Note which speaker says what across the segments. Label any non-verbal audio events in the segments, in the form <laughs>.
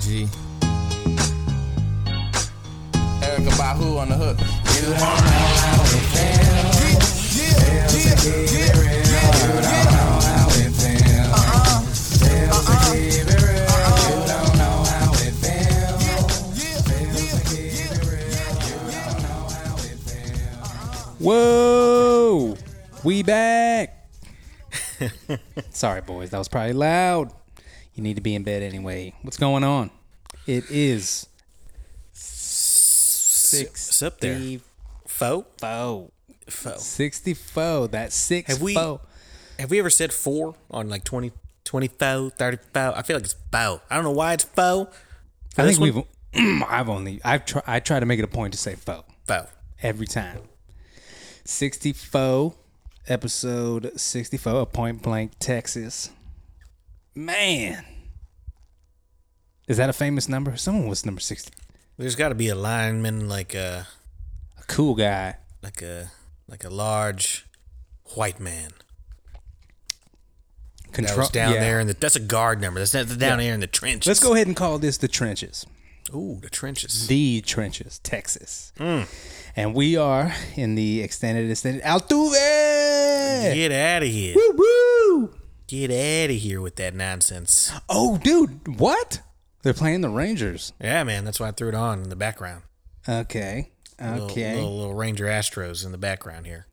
Speaker 1: G.
Speaker 2: Erica Bahu on the hook.
Speaker 3: Whoa! We back. Sorry, boys. That was probably loud. You need to be in bed anyway. What's going on? It is six.
Speaker 1: It's up there. Faux? Faux.
Speaker 3: 64. That's six.
Speaker 1: Have we-
Speaker 3: fo.
Speaker 1: Have we ever said four on like 20, 20 faux, 30 faux? I feel like it's faux. I don't know why it's faux.
Speaker 3: I
Speaker 1: this
Speaker 3: think we've. <clears throat> I've only. I've try, I try to make it a point to say faux
Speaker 1: Faux.
Speaker 3: every time. 64. Episode 64 of Point Blank, Texas. Man. Is that a famous number? Someone was number 60.
Speaker 1: There's got to be a lineman, like a,
Speaker 3: A cool guy.
Speaker 1: like a, like a large white man that was down
Speaker 3: yeah.
Speaker 1: there in the. That's a guard number. That's not down there in the trenches.
Speaker 3: Let's go ahead and call this the trenches.
Speaker 1: Ooh, the trenches.
Speaker 3: The trenches, Texas. And we are in the extended extended Altuve.
Speaker 1: Get out of here.
Speaker 3: Woo woo.
Speaker 1: Get out of here with that nonsense.
Speaker 3: Oh, dude, what? They're playing the Rangers.
Speaker 1: Yeah, man. That's why I threw it on in the background.
Speaker 3: Okay. Okay.
Speaker 1: Little, little, little Ranger Astros in the background here.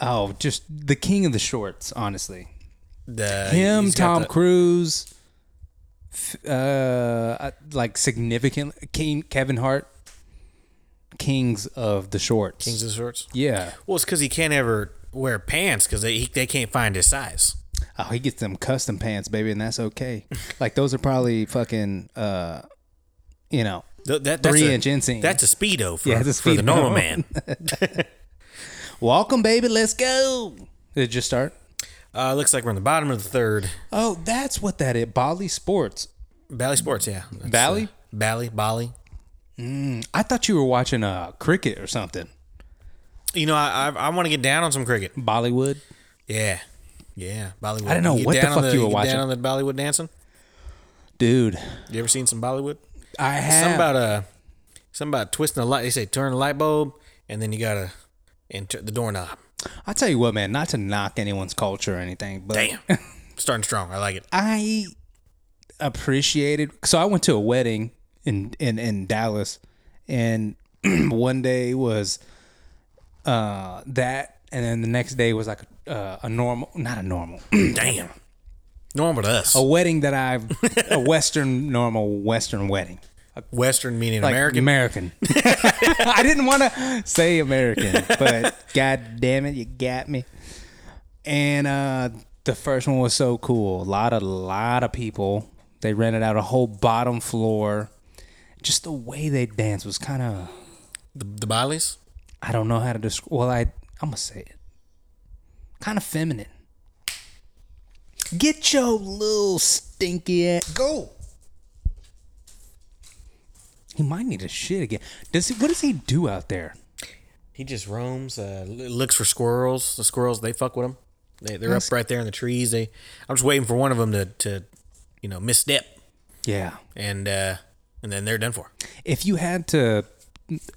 Speaker 3: Oh, just the king of the shorts, honestly.
Speaker 1: The
Speaker 3: Him,
Speaker 1: he's got
Speaker 3: Tom
Speaker 1: the-
Speaker 3: Cruise, f- uh, like significant King Kevin Hart, kings of the shorts.
Speaker 1: Kings of Shorts.
Speaker 3: yeah.
Speaker 1: Well, it's because he can't ever wear pants because they he, they can't find his size.
Speaker 3: Oh, he gets them custom pants, baby, and that's
Speaker 1: <laughs>
Speaker 3: okay. like those are probably fucking, uh, you know,
Speaker 1: Th- that, that's
Speaker 3: Three
Speaker 1: a-
Speaker 3: inch inseam.
Speaker 1: That's a speedo for,
Speaker 3: Yeah, it's a
Speaker 1: for the
Speaker 3: Speedo. <laughs>
Speaker 1: normal man.
Speaker 3: welcome, baby, let's go. Did it just start?
Speaker 1: Uh, looks like we're in the bottom of the third.
Speaker 3: Oh, that's what that is. Bali Sports.
Speaker 1: Bally Sports, yeah. That's,
Speaker 3: Bally?
Speaker 1: uh, Bally, Bally.
Speaker 3: I thought you were watching uh cricket or something.
Speaker 1: You know, I I, I want to get down on some cricket.
Speaker 3: Bollywood.
Speaker 1: Yeah, yeah. Bollywood.
Speaker 3: I don't know
Speaker 1: get
Speaker 3: what the
Speaker 1: down on
Speaker 3: fuck you were
Speaker 1: get
Speaker 3: watching.
Speaker 1: Down on the Bollywood dancing.
Speaker 3: Dude,
Speaker 1: You ever seen some Bollywood?
Speaker 3: I have
Speaker 1: Something about uh, something about twisting the light. They say turn the light bulb, and then you gotta and tu- the doorknob.
Speaker 3: I tell you what, man, not to knock anyone's culture or anything, but <laughs>
Speaker 1: Damn, starting strong. I like it.
Speaker 3: I appreciated. So I went to a wedding in in in Dallas, and <clears throat> one day was uh that, and then the next day was like uh, a normal, not a normal, <clears throat>
Speaker 1: Damn, normal to us.
Speaker 3: a wedding that I've a Western normal Western wedding.
Speaker 1: Western meaning
Speaker 3: Like
Speaker 1: American.
Speaker 3: American. <laughs> I didn't want to say American, <laughs> but god damn it, you got me. And uh the first one was so cool. A lot of lot of people. They rented out a whole bottom floor. Just the way they danced was kind of
Speaker 1: The, the Baileys?
Speaker 3: I don't know how to describe. Well, I I'm gonna say it. Kind of feminine. Get your little stinky ass. Go. He might need a shit again. Does he? What does he do out there?
Speaker 1: He just roams, uh, l- looks for squirrels. The squirrels, they fuck with him. They, they're up right there in the trees. They, I'm just waiting for one of them to, to you know, misstep,
Speaker 3: Yeah.
Speaker 1: and uh, and then they're done for.
Speaker 3: If you had to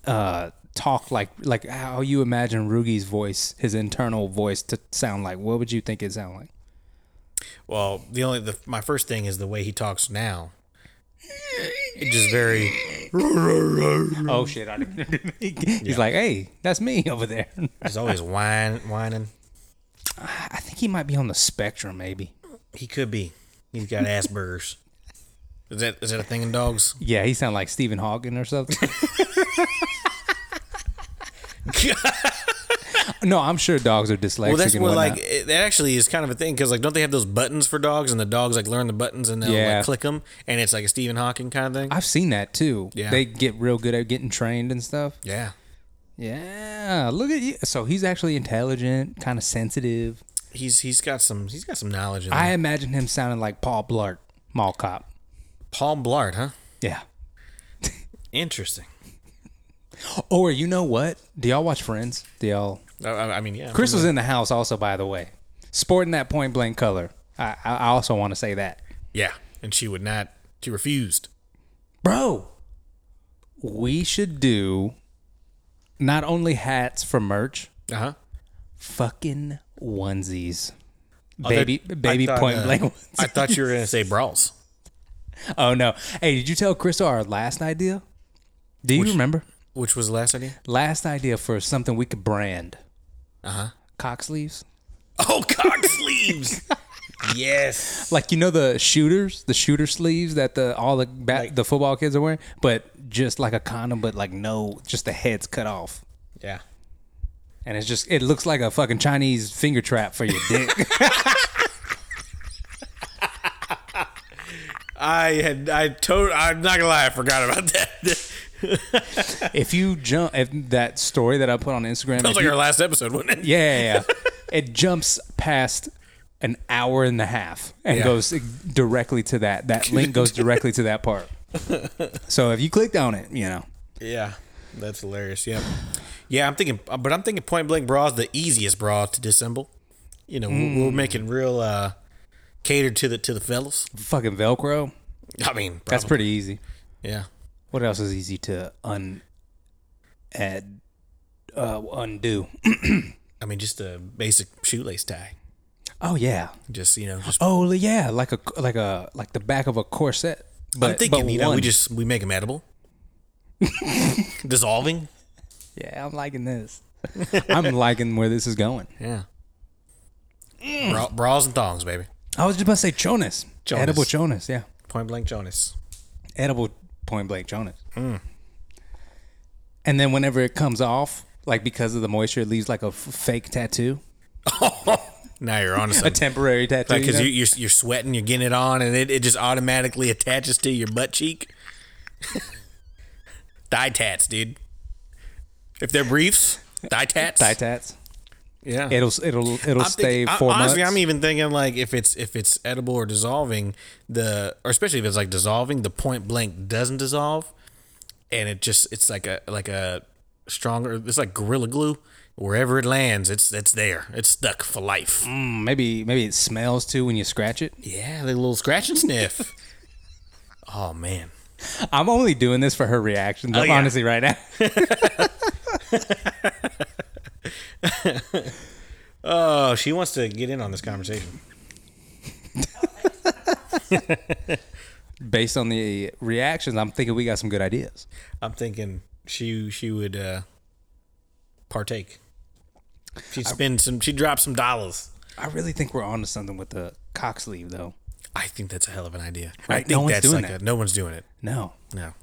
Speaker 3: uh, talk like like how you imagine Rugi's voice, his internal voice, to sound like, what would you think it sound like?
Speaker 1: Well, the only the my first thing is the way he talks now. It's just very.
Speaker 3: Oh shit! I <laughs> didn't. He's like, hey, that's me <laughs> over there.
Speaker 1: He's always whine, whining.
Speaker 3: I think he might be on the spectrum, maybe.
Speaker 1: He could be. He's got <laughs> Asperger's. Is that is that a thing in <laughs> dogs?
Speaker 3: Yeah, he sounded like Stephen Hawking or
Speaker 1: <laughs>
Speaker 3: something. no, I'm sure dogs are dyslexic.
Speaker 1: Well, that's
Speaker 3: and
Speaker 1: what
Speaker 3: whatnot.
Speaker 1: like it, that actually is kind of a thing because like don't they have those buttons for dogs and the dogs like learn the buttons and they'll
Speaker 3: Yeah.
Speaker 1: like click them and it's like a Stephen Hawking kind of thing.
Speaker 3: I've seen that too.
Speaker 1: Yeah.
Speaker 3: They get real good at getting trained and stuff.
Speaker 1: yeah,
Speaker 3: Yeah, look at you. So he's actually intelligent, kind of sensitive.
Speaker 1: he's he's got some he's got some knowledge. In
Speaker 3: I
Speaker 1: there.
Speaker 3: imagine him sounding like Paul Blart, mall cop.
Speaker 1: Paul Blart, huh?
Speaker 3: Yeah.
Speaker 1: Interesting.
Speaker 3: Or Oh, you know what? Do y'all watch Friends? Do y'all?
Speaker 1: I, Oh, I I mean, yeah.
Speaker 3: Chris was in the house also, by the way, sporting that point blank color. I, I I also want to say that.
Speaker 1: Yeah, and she would not She refused.
Speaker 3: Bro, we should do not only hats for merch,
Speaker 1: Uh huh.
Speaker 3: fucking onesies.
Speaker 1: thought-
Speaker 3: Baby, baby
Speaker 1: Oh, I thought,
Speaker 3: point
Speaker 1: uh,
Speaker 3: blank. ones.
Speaker 1: I thought you were gonna say brawls.
Speaker 3: <laughs> Oh no! Hey, did you tell Crystal our last idea? Do you remember
Speaker 1: Which was the
Speaker 3: <laughs>
Speaker 1: last idea?
Speaker 3: last idea for something we could brand? Uh
Speaker 1: Uh-huh.
Speaker 3: Cock sleeves,
Speaker 1: Oh, cock sleeves. <laughs> yes.
Speaker 3: like you know the shooters, the shooter sleeves that the all the ba- the football kids are wearing, but just like a condom, but like no, just the head's cut off,
Speaker 1: Yeah.
Speaker 3: and it's just it looks like a fucking Chinese finger trap for
Speaker 1: <laughs>
Speaker 3: your dick.
Speaker 1: I had I told I'm not gonna lie, I forgot about that. <laughs>
Speaker 3: if you jump, if that story that I put on Instagram,
Speaker 1: That was
Speaker 3: if
Speaker 1: like
Speaker 3: you-
Speaker 1: our last episode, wasn't it?
Speaker 3: <laughs> Yeah, yeah, yeah. it jumps past an hour and a half and
Speaker 1: Yeah.
Speaker 3: goes directly to that. That link goes directly to that
Speaker 1: <laughs>
Speaker 3: part. So if you clicked on it, you know,
Speaker 1: Yeah. That's hilarious. Yeah. Yeah, I'm thinking uh, but I'm thinking point blank bra is the easiest bra to disassemble. You know, we're,
Speaker 3: Mm.
Speaker 1: we're making real uh catered to the to the fellas.
Speaker 3: fucking Velcro.
Speaker 1: I mean probably.
Speaker 3: That's pretty easy.
Speaker 1: yeah.
Speaker 3: What else is easy to un add uh, undo?
Speaker 1: I mean just a basic shoelace tie.
Speaker 3: Oh yeah.
Speaker 1: Just you know, just
Speaker 3: Oh yeah, like a like a like the back of a corset. But
Speaker 1: I'm thinking,
Speaker 3: but
Speaker 1: you know,
Speaker 3: one.
Speaker 1: we just we make them
Speaker 3: <laughs>
Speaker 1: edible. Dissolving?
Speaker 3: yeah. I'm liking
Speaker 1: <laughs>
Speaker 3: this. I'm liking where this is going.
Speaker 1: Yeah.
Speaker 3: Mm.
Speaker 1: Bra- bras and thongs, baby.
Speaker 3: I was just about to say chonas,
Speaker 1: Chonas.
Speaker 3: edible chonas. Yeah.
Speaker 1: Point blank Jonas.
Speaker 3: edible point blank Jonas.
Speaker 1: Mm.
Speaker 3: And then whenever it comes off, like because of the moisture, it leaves like a f- fake tattoo,
Speaker 1: Now you're
Speaker 3: <laughs>
Speaker 1: on to
Speaker 3: a
Speaker 1: something.
Speaker 3: temporary tattoo. you
Speaker 1: because
Speaker 3: know?
Speaker 1: you you're, you're sweating, you're getting it on, and it, it just automatically attaches to your butt cheek. <laughs> thigh tats, dude. If they're briefs, thigh tats.
Speaker 3: Thigh tats.
Speaker 1: Yeah.
Speaker 3: It'll s- it'll it'll
Speaker 1: I'm
Speaker 3: stay
Speaker 1: thinking- I-
Speaker 3: four
Speaker 1: honestly,
Speaker 3: months.
Speaker 1: I'm even thinking like if it's if it's edible or dissolving, the or especially if it's like dissolving, the point blank doesn't dissolve, and it just it's like a like a stronger. It's like gorilla glue. Wherever it lands, it's it's there. It's stuck for life.
Speaker 3: Mm, maybe maybe it smells too when you scratch it.
Speaker 1: Yeah, the little scratch and <laughs> sniff. oh man,
Speaker 3: I'm only doing this for her reactions.
Speaker 1: Oh, yeah.
Speaker 3: Honestly, right now. <laughs>
Speaker 1: oh she wants to get in on this conversation.
Speaker 3: Based on the reactions, I'm thinking we got some good ideas.
Speaker 1: I'm thinking she she would uh, partake. She'd spend some. She'd drop some dollars.
Speaker 3: I really think we're onto something with the cock sleeve, though.
Speaker 1: I think that's a hell of an idea. I
Speaker 3: Right,
Speaker 1: think
Speaker 3: no one's
Speaker 1: that's
Speaker 3: doing
Speaker 1: like
Speaker 3: that.
Speaker 1: A, no one's doing it.
Speaker 3: No,
Speaker 1: No.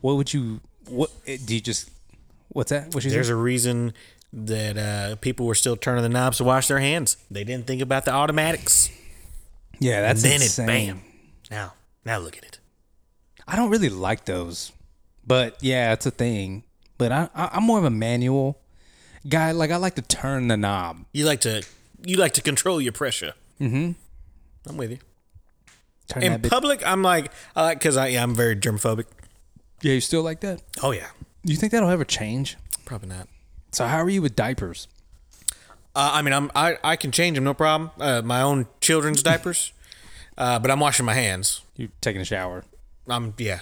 Speaker 3: what would you? What eh, do you just? What's that? What you
Speaker 1: There's a reason that uh, people were still turning the knobs to wash their hands. They didn't think about the automatics.
Speaker 3: yeah, that's
Speaker 1: then
Speaker 3: insane.
Speaker 1: it bam. Now, now look at it.
Speaker 3: I don't really like those, but yeah, it's a thing. But I, I I'm more of a manual guy. Like I like to turn the knob.
Speaker 1: You like to you like to control your pressure. Mm-hmm. I'm with you.
Speaker 3: Turn
Speaker 1: In
Speaker 3: that bit.
Speaker 1: public, I'm like, I like because I yeah, I'm very germophobic.
Speaker 3: Yeah, you still like that?
Speaker 1: Oh yeah,
Speaker 3: Do you think that'll ever change?
Speaker 1: probably not.
Speaker 3: So how are you with diapers?
Speaker 1: Uh, I mean, I'm I, I can change them, no problem. Uh, my own children's diapers, uh, but I'm washing my hands.
Speaker 3: You're taking a shower.
Speaker 1: I'm yeah,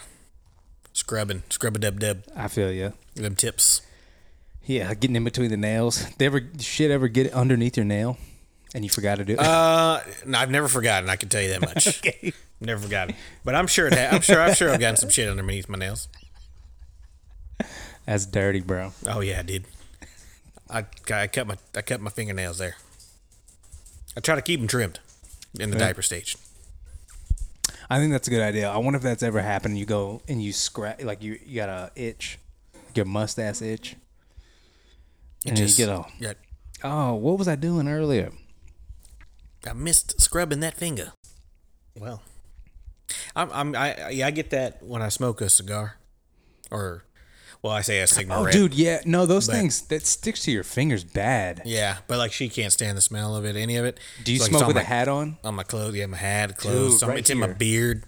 Speaker 1: scrubbing, scrub a dub dub,
Speaker 3: I feel you.
Speaker 1: them tips.
Speaker 3: Yeah, getting in between the nails. They ever shit ever get underneath your nail, and you forgot to do it?
Speaker 1: Uh, no, I've never forgotten. I can tell you that much. Never forgotten. But I'm sure it. Ha- I'm sure. I'm sure I've gotten some shit underneath my nails.
Speaker 3: <laughs> That's dirty, bro.
Speaker 1: Oh yeah, I did. I, I cut my I cut my fingernails there. I try to keep them trimmed in the diaper stage.
Speaker 3: I think that's a good idea. I wonder if that's ever happened. You go and you scratch, like you, you got a itch, your mustache itch, and
Speaker 1: Just-
Speaker 3: you get a
Speaker 1: yeah,
Speaker 3: oh, what was I doing earlier?
Speaker 1: I missed scrubbing that finger. Well, I'm, I'm I I- yeah I get that when I smoke a cigar, or well I say a cigarette.
Speaker 3: Oh, Dude, yeah, no, those things that sticks to your fingers bad.
Speaker 1: Yeah, but like she can't stand the smell of it, any of it.
Speaker 3: Do you
Speaker 1: So, like, it's
Speaker 3: smoke
Speaker 1: on
Speaker 3: with
Speaker 1: my-
Speaker 3: a hat on?
Speaker 1: on my clothes. Yeah, my hat, clothes.
Speaker 3: Dude,
Speaker 1: some-
Speaker 3: right
Speaker 1: it's in my
Speaker 3: here.
Speaker 1: beard.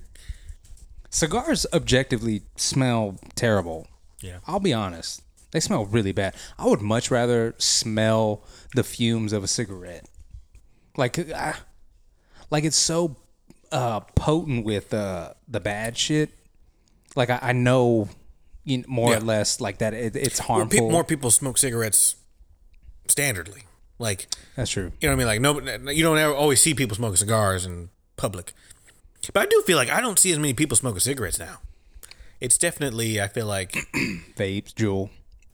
Speaker 3: Cigars objectively smell terrible.
Speaker 1: Yeah.
Speaker 3: I'll be honest. They smell really bad. I would much rather smell the fumes of a cigarette. Like I, like uh, it's so uh, potent with uh, the bad shit. Like I, I know, you know, more
Speaker 1: Yeah.
Speaker 3: or less like that. It, it's
Speaker 1: Well,
Speaker 3: harmful.
Speaker 1: peop more people smoke cigarettes standardly. Like,
Speaker 3: That's true.
Speaker 1: you know what I mean? Like, no, you don't ever always see people smoking cigars in public. But I do feel like I don't see as many people smoking cigarettes now. It's definitely, I feel like,
Speaker 3: Vapes, Jewel.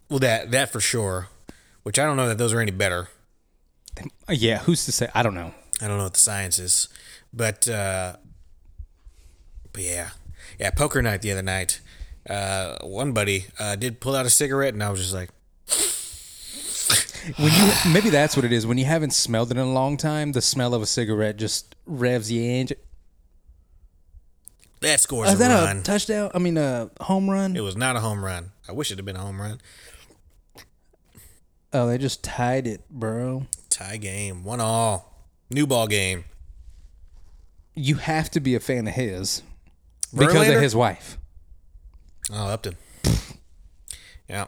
Speaker 1: well, that that for sure. Which I don't know that those are any better.
Speaker 3: Uh, Yeah, who's to say? I don't know.
Speaker 1: I don't know what the science is, but uh, but yeah, yeah. Poker night the other night, uh, one buddy uh, did pull out a cigarette, and I was just like,
Speaker 3: When
Speaker 1: <sighs>
Speaker 3: you maybe that's what it is. When you haven't smelled it in a long time, the smell of a cigarette just revs your engine.
Speaker 1: "That scores
Speaker 3: Is
Speaker 1: a
Speaker 3: that
Speaker 1: run."
Speaker 3: a touchdown? I mean, a home run.
Speaker 1: it was not a home run. I wish it had been a home run.
Speaker 3: Oh, they just tied it, bro.
Speaker 1: Tie game, one all, new ball game.
Speaker 3: You have to be a fan of his because of
Speaker 1: Verlander?
Speaker 3: his wife.
Speaker 1: Oh, Upton. Yeah,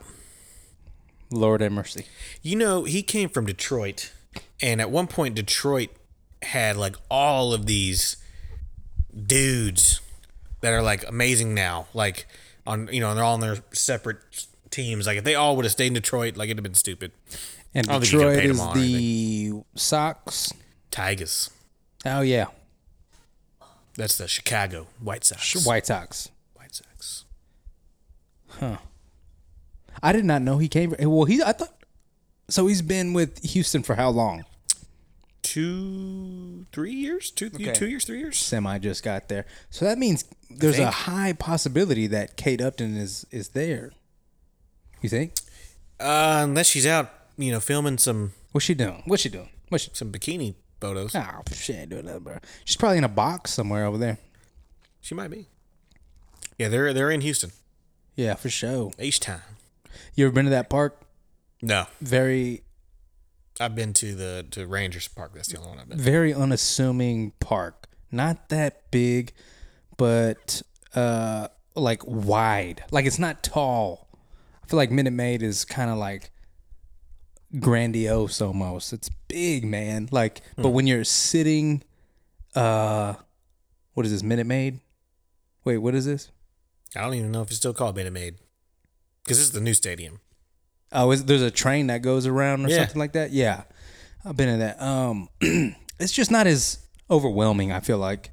Speaker 3: Lord have mercy.
Speaker 1: you know he came from Detroit, and at one point Detroit had like all of these dudes that are like amazing now. Like on you know, and they're all on their separate teams. Like if they all would have stayed in Detroit, like it'd have been stupid.
Speaker 3: And
Speaker 1: I don't think you could've
Speaker 3: Detroit
Speaker 1: paid
Speaker 3: is
Speaker 1: them all or
Speaker 3: the Sox.
Speaker 1: Tigers.
Speaker 3: Oh yeah,
Speaker 1: That's the Chicago White Sox.
Speaker 3: White Sox.
Speaker 1: White Sox.
Speaker 3: I did not know he came. Well, he I thought. So he's been with Houston for how long?
Speaker 1: Two, three years? Two, two years? Three years?
Speaker 3: Semi just got there. So that means there's a
Speaker 1: think.
Speaker 3: high possibility that Kate Upton is is there. You think?
Speaker 1: Uh, unless she's out, you know, filming some
Speaker 3: What's she doing? What's she doing? What's she?
Speaker 1: some bikini photos.
Speaker 3: Oh, she ain't doing that, bro. She's probably in a box somewhere over there.
Speaker 1: She might be. Yeah, they're they're in Houston.
Speaker 3: Yeah, for sure.
Speaker 1: H time.
Speaker 3: You ever been to that park?
Speaker 1: No,
Speaker 3: Very,
Speaker 1: I've been to the to Rangers Park. That's the only one I've been.
Speaker 3: very unassuming park. Not that big, but uh, like wide. Like it's not tall. I feel like Minute Maid is kind of like grandiose almost. It's big, man. Like, but when you're sitting, uh, what is this Minute Maid? Wait, what is this?
Speaker 1: I don't even know if it's still called Minute Maid because this is the new stadium.
Speaker 3: Oh, is, there's a train that goes around or
Speaker 1: Yeah.
Speaker 3: something like that. Yeah, I've been in that. Um, <clears throat> it's just not as overwhelming. I feel like,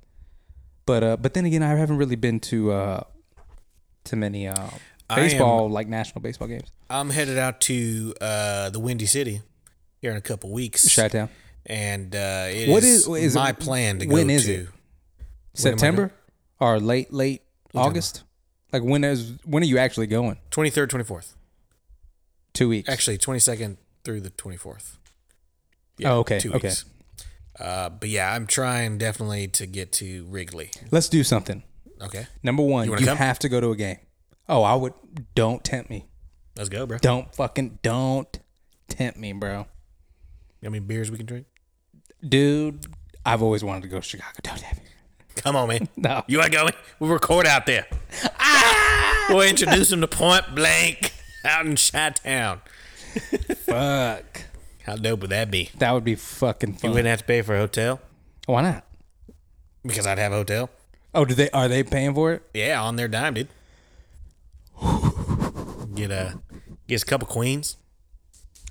Speaker 3: but uh, but then again, I haven't really been to uh, to many uh,
Speaker 1: I
Speaker 3: baseball like national baseball games.
Speaker 1: I'm headed out to uh, the Windy City here in a couple weeks,
Speaker 3: Chi Town,
Speaker 1: and uh, it
Speaker 3: What is-
Speaker 1: is,
Speaker 3: is it-
Speaker 1: my plan to
Speaker 3: when
Speaker 1: go
Speaker 3: is
Speaker 1: to.
Speaker 3: it? September or late late August. Like when is when are you actually going?
Speaker 1: 23rd, 24th.
Speaker 3: Two weeks.
Speaker 1: Actually, 22nd through the 24th.
Speaker 3: Oh, okay, okay.
Speaker 1: Uh, but yeah, I'm trying definitely to get to Wrigley.
Speaker 3: Let's do something.
Speaker 1: Okay,
Speaker 3: Number one, you,
Speaker 1: wanna come?
Speaker 3: have to go to a game. Oh, I would. Don't tempt me.
Speaker 1: let's go, bro.
Speaker 3: Don't fucking don't tempt me, bro.
Speaker 1: How many beers we can drink?
Speaker 3: dude. I've always wanted to go to Chicago. Don't have it.
Speaker 1: Come on, man.
Speaker 3: No.
Speaker 1: You ain't going. We'll record out there. We'll introduce him to Point Blank out in Chi Town.
Speaker 3: <laughs> Fuck.
Speaker 1: How dope would that be?
Speaker 3: That would be fucking
Speaker 1: You
Speaker 3: fun.
Speaker 1: wouldn't have to pay for a hotel
Speaker 3: Why not?
Speaker 1: because I'd have a hotel.
Speaker 3: Oh, do they are they paying for it?
Speaker 1: Yeah, on their dime, dude. Get a get a couple queens.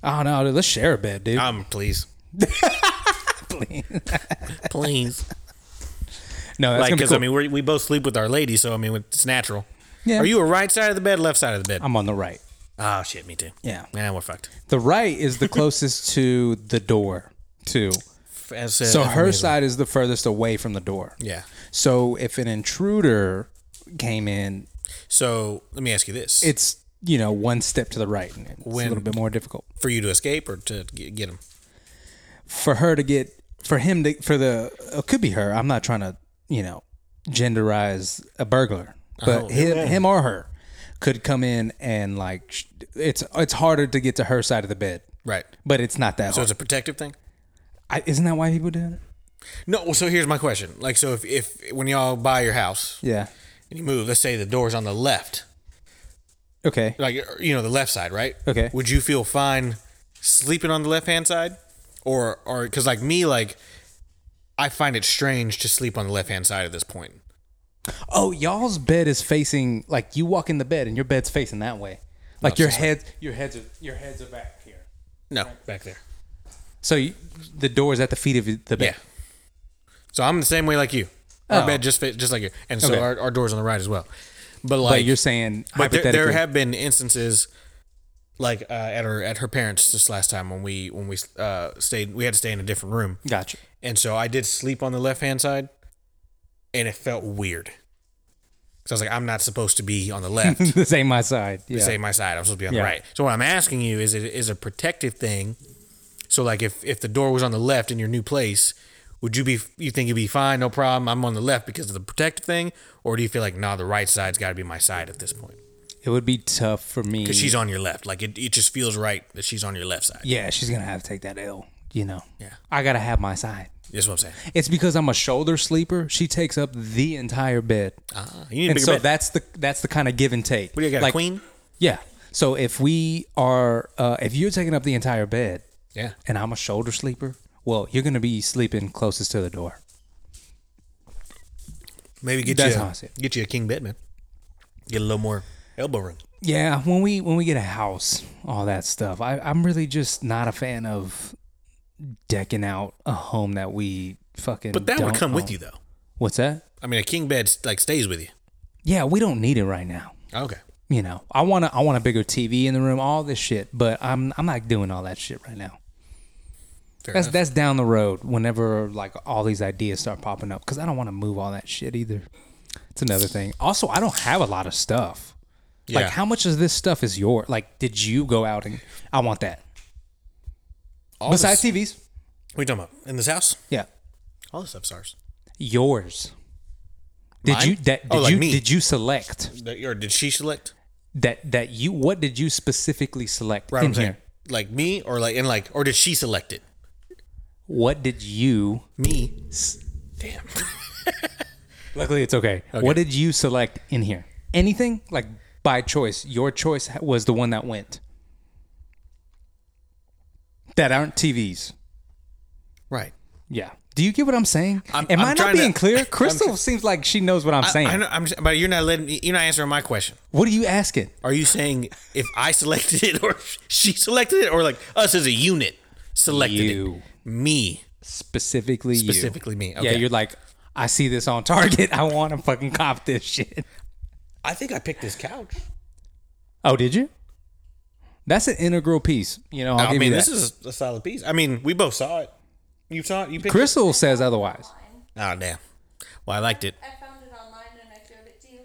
Speaker 3: Oh no, dude, let's share a bed, dude.
Speaker 1: Um,
Speaker 3: <laughs>
Speaker 1: please, please.
Speaker 3: no, that's gonna
Speaker 1: Like,
Speaker 3: be
Speaker 1: because
Speaker 3: cool.
Speaker 1: I mean, we we both sleep with our lady, so I mean, it's natural.
Speaker 3: Yeah.
Speaker 1: Are you a right side of the bed, left side of the bed?
Speaker 3: I'm on the right.
Speaker 1: oh shit, me too.
Speaker 3: Yeah.
Speaker 1: man, we're fucked.
Speaker 3: The right is
Speaker 1: <laughs>
Speaker 3: the closest to the door, too.
Speaker 1: As, uh,
Speaker 3: So
Speaker 1: as
Speaker 3: her
Speaker 1: amazing.
Speaker 3: side is the furthest away from the door.
Speaker 1: Yeah.
Speaker 3: So if an intruder came in,
Speaker 1: So let me ask you this:
Speaker 3: it's you know one step to the right, and it's a
Speaker 1: When-
Speaker 3: little bit more difficult.
Speaker 1: for you to escape or to get, get him?
Speaker 3: for her to get for him to for the it could be her. I'm not trying to you know genderize a burglar, but
Speaker 1: Oh,
Speaker 3: him
Speaker 1: okay.
Speaker 3: him or her could come in and like sh- it's it's harder to get to her side of the bed,
Speaker 1: Right.
Speaker 3: but it's not that
Speaker 1: So
Speaker 3: hard.
Speaker 1: it's a protective thing.
Speaker 3: I, isn't that why people do it?
Speaker 1: No. well, So here's my question: Like, so if if when y'all buy your house
Speaker 3: Yeah.
Speaker 1: and you move, let's say the door's on the left,
Speaker 3: Okay.
Speaker 1: like you know the left side, right?
Speaker 3: Okay.
Speaker 1: Would you feel fine sleeping on the left hand side, or or because like me, like I find it strange to sleep on the left hand side at this point.
Speaker 3: Oh, y'all's bed is facing like you walk in the bed and your bed's facing that way. Like
Speaker 1: Oh,
Speaker 3: your head, your heads are your heads are back here.
Speaker 1: No, back there.
Speaker 3: So you, the door is at the feet of the
Speaker 1: Yeah.
Speaker 3: bed.
Speaker 1: So I'm the same way like you. Our
Speaker 3: Oh.
Speaker 1: bed just fit just like you, and so
Speaker 3: Okay.
Speaker 1: our, our doors on the right as well. But like
Speaker 3: But you're saying
Speaker 1: But there,
Speaker 3: hypothetically,
Speaker 1: there have been instances, like uh, at her at her parents this last time when we when we uh, stayed, we had to stay in a different room,
Speaker 3: gotcha. <laughs>
Speaker 1: and so I did sleep on the left hand side, and it felt weird. So I was like, I'm not supposed to be on
Speaker 3: <laughs>
Speaker 1: the left.
Speaker 3: this ain't my side. Yeah.
Speaker 1: Say my side. I'm supposed to be on
Speaker 3: Yeah.
Speaker 1: the right. So what I'm asking you is, it is a protective thing. So like, if if the door was on the left in your new place, would you be? You think you'd be fine? No problem. I'm on the left because of the protective thing, or do you feel like, nah, the right side's got to be my side at this point?
Speaker 3: It would be tough for me.
Speaker 1: Because she's on your left. Like it, it just feels right that she's on your left side.
Speaker 3: yeah, she's gonna have to take that L. You know.
Speaker 1: Yeah.
Speaker 3: I gotta have my side.
Speaker 1: That's what I'm saying.
Speaker 3: It's because I'm a shoulder sleeper. She takes up the entire bed,
Speaker 1: Ah, you need a
Speaker 3: and
Speaker 1: bigger
Speaker 3: so
Speaker 1: bed.
Speaker 3: that's the that's the kind of give and take.
Speaker 1: what do you got?
Speaker 3: Like,
Speaker 1: a queen?
Speaker 3: Yeah. So if we are, uh, if you're taking up the entire bed,
Speaker 1: Yeah.
Speaker 3: and I'm a shoulder sleeper, well, you're gonna be sleeping closest to the door.
Speaker 1: Maybe get
Speaker 3: That's
Speaker 1: you
Speaker 3: how I
Speaker 1: a,
Speaker 3: see it.
Speaker 1: get you a king bed, man. Get a little more elbow room.
Speaker 3: Yeah, when we when we get a house, all that stuff, I, I'm really just not a fan of decking out a home that we fucking.
Speaker 1: But that would
Speaker 3: don't
Speaker 1: come with
Speaker 3: own.
Speaker 1: you though.
Speaker 3: What's that?
Speaker 1: I mean, a king bed like stays with you.
Speaker 3: Yeah, we don't need it right now.
Speaker 1: Okay.
Speaker 3: You know, I wanna I want a bigger TV in the room, all this shit, but I'm I'm not doing all that shit right now.
Speaker 1: Fair
Speaker 3: That's
Speaker 1: enough.
Speaker 3: that's down the road. Whenever like all these ideas start popping up, because I don't want to move all that shit either. It's another thing. Also, I don't have a lot of stuff. Like,
Speaker 1: Yeah.
Speaker 3: how much of this stuff is your? Like, did you go out and I want that?
Speaker 1: All this-
Speaker 3: Besides TVs,
Speaker 1: What are you talking about? In this house?
Speaker 3: yeah,
Speaker 1: All this stuff's ours.
Speaker 3: yours. Did
Speaker 1: Mine?
Speaker 3: you that? Did
Speaker 1: Oh, like
Speaker 3: you
Speaker 1: me.
Speaker 3: did you select
Speaker 1: That, or did she select?
Speaker 3: that that you? What did you specifically select
Speaker 1: Right,
Speaker 3: in
Speaker 1: I'm saying.
Speaker 3: here?
Speaker 1: Like me or like and like or did she select it?
Speaker 3: What did you?
Speaker 1: Me. Damn. <laughs>
Speaker 3: Luckily, it's okay. What did you select in here? Anything like by choice? Your choice ha- was the one that went. That aren't TVs.
Speaker 1: right.
Speaker 3: Yeah. Do you get what I'm saying?
Speaker 1: I'm-
Speaker 3: Am
Speaker 1: I'm
Speaker 3: i not
Speaker 1: trying to-
Speaker 3: being
Speaker 1: I'm
Speaker 3: clear?
Speaker 1: tr-
Speaker 3: Crystal seems like she knows what I'm saying.
Speaker 1: I know, I'm just, but you're not letting me, you're not answering my question.
Speaker 3: what are you asking?
Speaker 1: Are you saying if I selected it or <laughs> she selected it or like us as a unit selected
Speaker 3: You.
Speaker 1: it? Me.
Speaker 3: Specifically, you.
Speaker 1: Specifically me,
Speaker 3: Yeah,
Speaker 1: okay.
Speaker 3: you're like, I see this on Target. <laughs> I want to fucking cop this shit.
Speaker 1: I think I picked this couch.
Speaker 3: Oh, did you? That's an integral piece. You know, I'll
Speaker 1: I
Speaker 3: give
Speaker 1: mean,
Speaker 3: you that.
Speaker 1: this is a solid piece. I mean, we both saw it. You saw it. You picked
Speaker 3: Crystal says otherwise.
Speaker 1: it. Oh damn. Well, I liked it.
Speaker 4: I found it online and I showed it to you.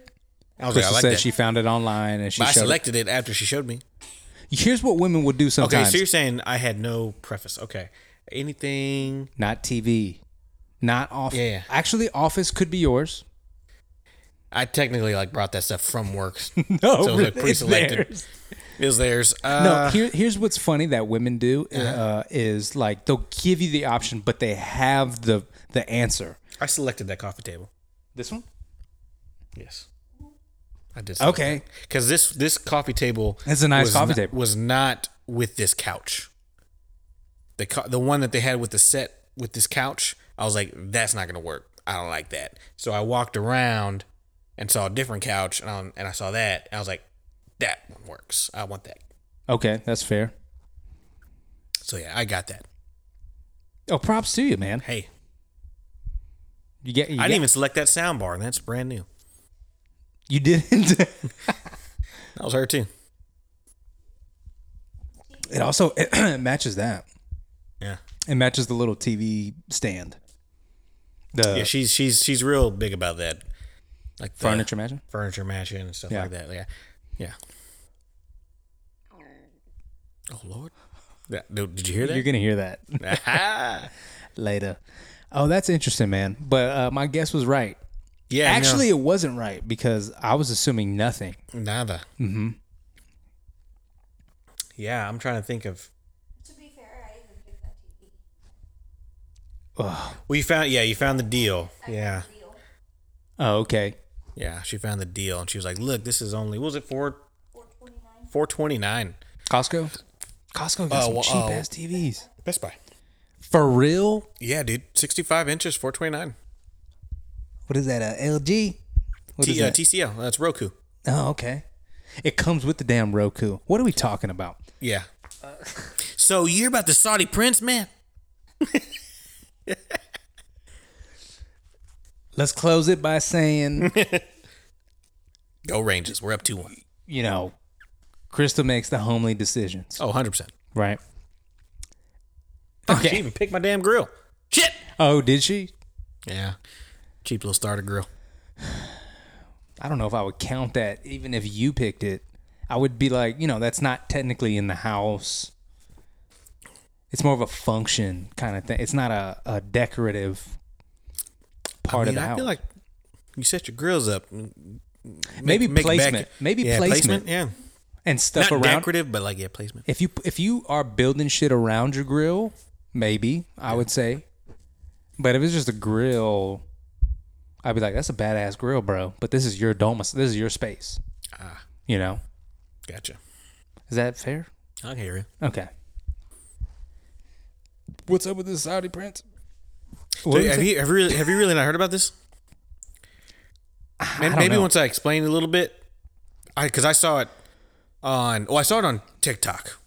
Speaker 1: I was like, I
Speaker 3: Crystal
Speaker 1: liked
Speaker 3: said
Speaker 1: that.
Speaker 3: she found it online and she
Speaker 1: but I
Speaker 3: showed it.
Speaker 1: selected it after she showed me.
Speaker 3: Here's what women would do
Speaker 1: Okay,
Speaker 3: sometimes.
Speaker 1: so you're saying I had no preface. Okay. Anything
Speaker 3: not TV, not office.
Speaker 1: Yeah.
Speaker 3: Actually, office could be
Speaker 1: <laughs>
Speaker 3: yours.
Speaker 1: I technically like brought that stuff from work.
Speaker 3: <laughs> No,
Speaker 1: so it was like pre-selected.
Speaker 3: theirs.
Speaker 1: It was theirs. Uh,
Speaker 3: No, here, here's what's funny that women do
Speaker 1: Uh-huh.
Speaker 3: uh, is like they'll give you the option, but they have the the answer.
Speaker 1: I selected that coffee table.
Speaker 3: This one.
Speaker 1: Yes. I did.
Speaker 3: Okay.
Speaker 1: Because this this coffee table.
Speaker 3: It's a nice
Speaker 1: was
Speaker 3: coffee
Speaker 1: not-
Speaker 3: table.
Speaker 1: Was not with this couch. The co- the one that they had with the set with this couch. I was like, that's not gonna work. I don't like that. So I walked around and saw a different couch, and I, and I saw that. And I was like, that one works. I want that.
Speaker 3: Okay, that's fair.
Speaker 1: So yeah, I got that.
Speaker 3: Oh, props to you, man.
Speaker 1: Hey,
Speaker 3: You get. You
Speaker 1: I
Speaker 3: get-
Speaker 1: didn't even select that sound bar, and that's brand new.
Speaker 3: You didn't. <laughs>
Speaker 1: That was her too.
Speaker 3: it also <clears throat> it matches that.
Speaker 1: Yeah.
Speaker 3: It matches the little TV stand. The
Speaker 1: yeah, she's she's she's real big about that, like the
Speaker 3: furniture matching.
Speaker 1: furniture matching and stuff
Speaker 3: Yeah.
Speaker 1: like that. Yeah, yeah. Oh Lord, that, dude, did you hear
Speaker 3: You're
Speaker 1: that? Ah.
Speaker 3: gonna hear that. <laughs>
Speaker 1: <laughs>
Speaker 3: later. Oh, that's interesting, man. But uh, my guess was right.
Speaker 1: yeah,
Speaker 3: Actually, it wasn't right because I was assuming nothing.
Speaker 1: no, nada. Mm-hmm. Yeah, I'm trying to think of.
Speaker 4: To be fair, I even gave that to you.
Speaker 1: Well, you found yeah, you found the deal. Yeah,
Speaker 4: Deal.
Speaker 3: Oh, okay.
Speaker 1: yeah, she found the deal, and she was like, "Look, this is only what was it for
Speaker 4: 429.
Speaker 1: four twenty nine
Speaker 3: Costco. Costco got
Speaker 1: Oh,
Speaker 3: some
Speaker 1: well,
Speaker 3: cheap
Speaker 1: oh.
Speaker 3: ass TVs.
Speaker 1: Best Buy."
Speaker 3: For real?
Speaker 1: Yeah, dude, sixty-five inches, four twenty-nine.
Speaker 3: What is that? A LG? What is
Speaker 1: T, uh,
Speaker 3: that?
Speaker 1: TCL. That's Roku.
Speaker 3: oh, okay. It comes with the damn Roku. What are we talking about?
Speaker 1: Yeah. so you're about the Saudi prince, man?
Speaker 3: Let's close it by
Speaker 1: <laughs>
Speaker 3: saying,
Speaker 1: Go Rangers. We're up two one.
Speaker 3: you know, Crystal makes the homely decisions.
Speaker 1: Oh, 100 percent.
Speaker 3: Right.
Speaker 1: She even picked my damn grill. Shit.
Speaker 3: Oh, did she?
Speaker 1: Yeah. Cheap little starter grill.
Speaker 3: I don't know if I would count that even if you picked it. I would be like, you know, that's not technically in the house. It's more of a function kind of thing. It's not a, a decorative part
Speaker 1: I mean,
Speaker 3: of the
Speaker 1: I
Speaker 3: house.
Speaker 1: feel like you set your grills up. Make-
Speaker 3: maybe
Speaker 1: make back-
Speaker 3: placement, maybe
Speaker 1: yeah,
Speaker 3: placement,
Speaker 1: Yeah.
Speaker 3: and stuff
Speaker 1: Not
Speaker 3: around.
Speaker 1: decorative, but like yeah, placement.
Speaker 3: If you if you are building shit around your grill, maybe I would say. But if it's just a grill, I'd be like, that's a badass grill, bro. But this is your domicile. This is your space.
Speaker 1: Ah.
Speaker 3: You know,
Speaker 1: Gotcha.
Speaker 3: is that fair?
Speaker 1: I hear you.
Speaker 3: Okay. What's up with this Saudi prince?
Speaker 1: Dude, have you have you really have you really not heard about this? Maybe,
Speaker 3: don't
Speaker 1: maybe
Speaker 3: know.
Speaker 1: once I explain a little bit, I because I saw it on oh I saw it on TikTok,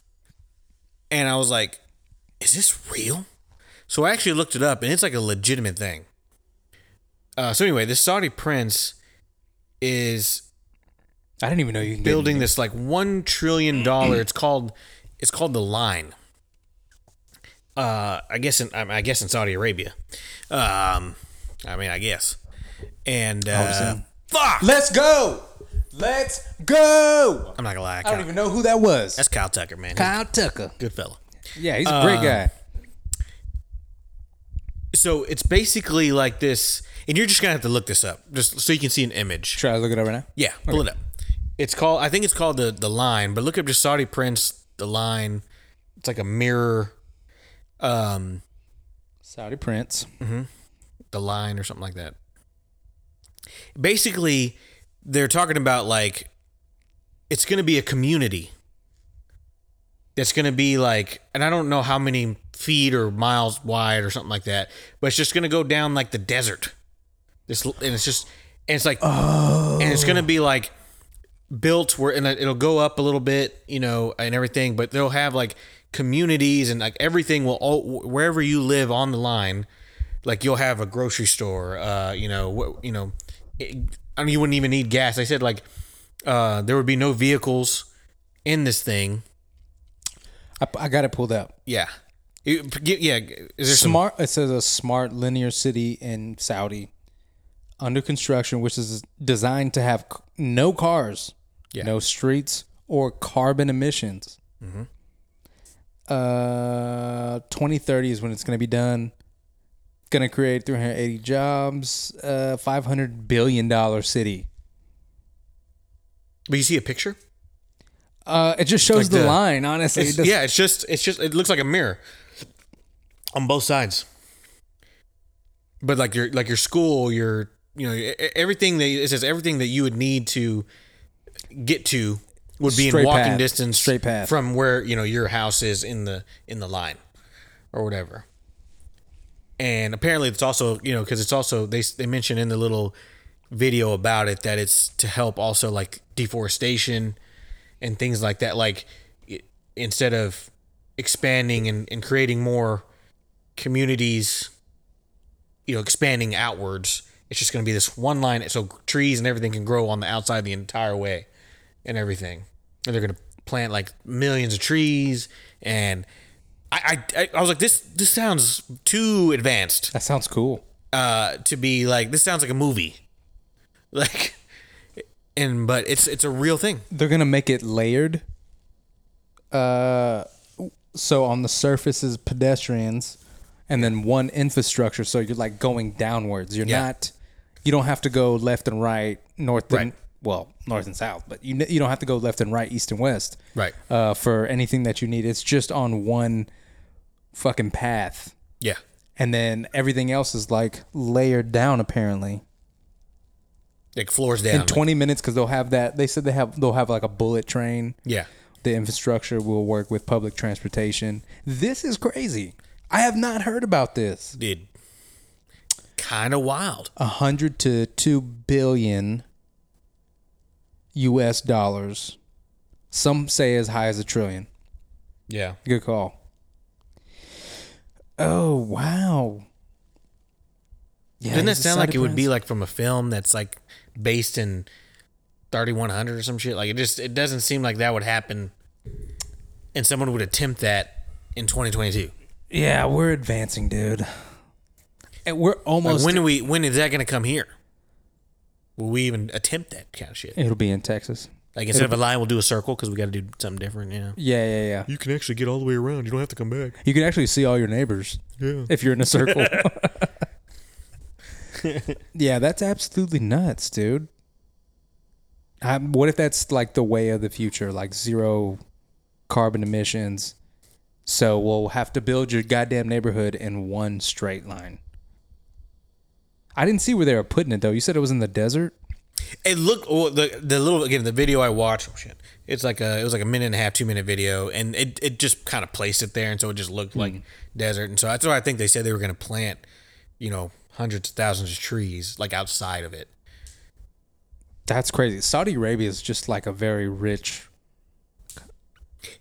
Speaker 1: and I was like, is this real? So I actually looked it up, and it's like a legitimate thing. Uh, so anyway, this Saudi prince is
Speaker 3: I didn't even know you can get
Speaker 1: building
Speaker 3: any-
Speaker 1: this like
Speaker 3: <clears throat>
Speaker 1: one trillion dollar. It's called it's called the line. Uh, I guess in I I guess in Saudi Arabia. Um, I mean I guess, and
Speaker 3: Oh,
Speaker 1: uh, fuck,
Speaker 3: Let's go. Let's go.
Speaker 1: I'm not gonna lie,
Speaker 3: I don't
Speaker 1: Kyle,
Speaker 3: even know who that was.
Speaker 1: that's Kyle Tucker, man, He's
Speaker 3: Kyle Tucker.
Speaker 1: a good fella.
Speaker 3: Yeah, he's a great guy.
Speaker 1: So it's basically like this, and you're just gonna have to look this up just so you can see an image.
Speaker 3: Try to look it over now.
Speaker 1: Yeah, pull it up. It's called. I think it's called the the line. But look up just Saudi Prince. The line. It's like a mirror. Um,
Speaker 3: Saudi prince.
Speaker 1: the line or something like that. Basically, they're talking about like it's going to be a community that's going to be like, and I don't know how many feet or miles wide or something like that, but it's just going to go down like the desert. This and it's just and it's like and it's going to be like built where and it'll go up a little bit, you know, and everything, but they'll have like communities and like everything will all wherever you live on the line, like you'll have a grocery store, uh, you know, what you know, it, I mean, you wouldn't even need gas. They said like uh, there would be no vehicles in this thing.
Speaker 3: I, I got it pulled up.
Speaker 1: Yeah, It- forget- yeah. Is there some?
Speaker 3: Smart. It says a smart linear city in Saudi under construction, which is designed to have c- no cars,
Speaker 1: Yeah. Mm-hmm.
Speaker 3: no streets or carbon emissions. Uh, 2030 is when it's going to be done. Going to create 380 jobs, uh, 500 billion dollar city.
Speaker 1: But you see a picture?
Speaker 3: Uh, it just shows
Speaker 1: Like
Speaker 3: the,
Speaker 1: the-
Speaker 3: line, honestly.
Speaker 1: It's-
Speaker 3: It does-
Speaker 1: yeah, it's just it's just it looks like a mirror on both sides. But like your like your school, your you know e- e- everything that it says everything that you would need to get to would be
Speaker 3: Straight
Speaker 1: in walking
Speaker 3: path.
Speaker 1: distance
Speaker 3: Straight path.
Speaker 1: from where you know your house is in the in the line or whatever. And apparently, it's also you know because it's also they they mention in the little video about it that it's to help also like deforestation and things like that. Like i- instead of expanding and, and creating more communities, you know, expanding outwards, it's just going to be this one line. So trees and everything can grow on the outside the entire way and everything. And they're going to plant like millions of trees. And I, I, I- I was like, this, this sounds too advanced
Speaker 3: That sounds cool.
Speaker 1: uh, to be like, this sounds like a movie. <laughs> Like, and, but it's, it's a real thing.
Speaker 3: they're gonna make it layered. Uh, so on the surface is pedestrians, and then one infrastructure. So you're like going downwards. You're
Speaker 1: Yeah.
Speaker 3: not. You don't have to go left and right, north and
Speaker 1: Right.
Speaker 3: well, north and south. But you n- you don't have to go left and right, east and west.
Speaker 1: Right.
Speaker 3: Uh, for anything that you need, it's just on one fucking path,
Speaker 1: Yeah.
Speaker 3: and then everything else is like layered down. Apparently,
Speaker 1: Like floors down.
Speaker 3: in 20 minutes, because they'll have that. They said they have they'll have like a bullet train.
Speaker 1: yeah.
Speaker 3: The infrastructure will work with public transportation. This is crazy. I have not heard about this.
Speaker 1: Did kind of wild.
Speaker 3: A hundred to two billion U.S. dollars. Some say as high as a trillion.
Speaker 1: Yeah.
Speaker 3: Good call. Oh wow! Yeah,
Speaker 1: Doesn't that
Speaker 3: he's a
Speaker 1: sound like it would be
Speaker 3: cytoplasm.
Speaker 1: like from a film that's like based in 3100 or some shit? Like it just it doesn't seem like that would happen, and someone would attempt that in 2022.
Speaker 3: Yeah, we're advancing, dude. And we're
Speaker 1: Like
Speaker 3: almost.
Speaker 1: when do we? When is that going to come here? Will we even attempt that kind of shit?
Speaker 3: it'll be in Texas.
Speaker 1: Like instead of a line, we'll do a circle because we got to do something different. You know.
Speaker 3: Yeah, yeah, yeah.
Speaker 1: You can actually get all the way around. You don't have to come back.
Speaker 3: You can actually see all your neighbors
Speaker 1: Yeah.
Speaker 3: if you're in a
Speaker 1: <laughs>
Speaker 3: circle. yeah, that's absolutely nuts, dude. Um, what if that's like the way of the future, like zero carbon emissions? So we'll have to build your goddamn neighborhood in one straight line. I didn't see where they were putting it though. You said it was in the desert.
Speaker 1: It looked well, the the little again the video I watched. oh, shit, it's like a it was like a minute and a half, two minute video, and it, it just kind of placed it there, and so it just looked
Speaker 3: Hmm.
Speaker 1: like desert, and so that's why I think they said they were going to plant, you know, hundreds of thousands of trees like outside of it.
Speaker 3: That's crazy. Saudi Arabia is just like a very rich.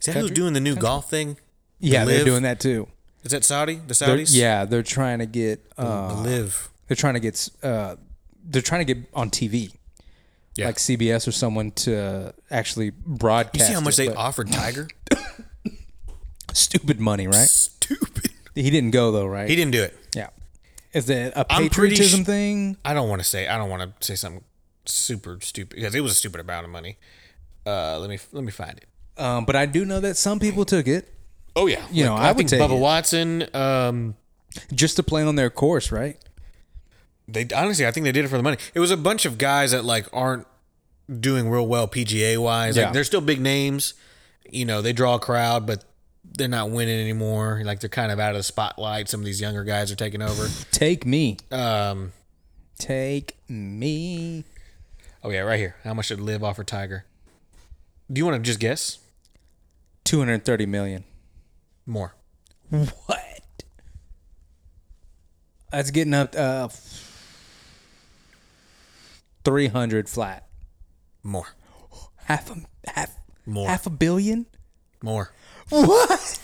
Speaker 1: Is that who's doing the new golf thing?
Speaker 3: Yeah, they're
Speaker 1: Live?
Speaker 3: doing that too.
Speaker 1: Is that Saudi? The Saudis?
Speaker 3: They're- yeah, they're trying to get uh,
Speaker 1: The live.
Speaker 3: they're trying to get uh, they're trying to get on TV,
Speaker 1: Yeah.
Speaker 3: like CBS or someone to actually broadcast.
Speaker 1: you see how much
Speaker 3: it,
Speaker 1: they
Speaker 3: but-
Speaker 1: offered
Speaker 3: <laughs>
Speaker 1: Tiger?
Speaker 3: stupid money, right?
Speaker 1: Stupid.
Speaker 3: He didn't go though, right?
Speaker 1: He didn't do it.
Speaker 3: Yeah, is it a
Speaker 1: I'm pretty
Speaker 3: patriotism
Speaker 1: sh-
Speaker 3: thing?
Speaker 1: I don't want to say. I don't want to say something super stupid because it was a stupid amount of money. Uh, let me let me find it.
Speaker 3: Um, but I do know that some people took it
Speaker 1: Oh yeah,
Speaker 3: You know, I would
Speaker 1: think
Speaker 3: take
Speaker 1: Bubba
Speaker 3: it.
Speaker 1: Watson. Um,
Speaker 3: just to play on their course, right?
Speaker 1: they honestly, I think they did it for the money. It was a bunch of guys that like aren't doing real well PGA wise.
Speaker 3: Yeah.
Speaker 1: Like they're still big names. You know, they draw a crowd, but they're not winning anymore. Like they're kind of out of the spotlight. Some of these younger guys are taking over.
Speaker 3: Take me,
Speaker 1: um,
Speaker 3: take me.
Speaker 1: oh yeah, right here. How much did Live offer Tiger? Do you want to just guess?
Speaker 3: Two hundred thirty million.
Speaker 1: More.
Speaker 3: What? That's getting up uh, three hundred flat.
Speaker 1: More.
Speaker 3: half a half
Speaker 1: More.
Speaker 3: half a billion.
Speaker 1: More.
Speaker 3: What?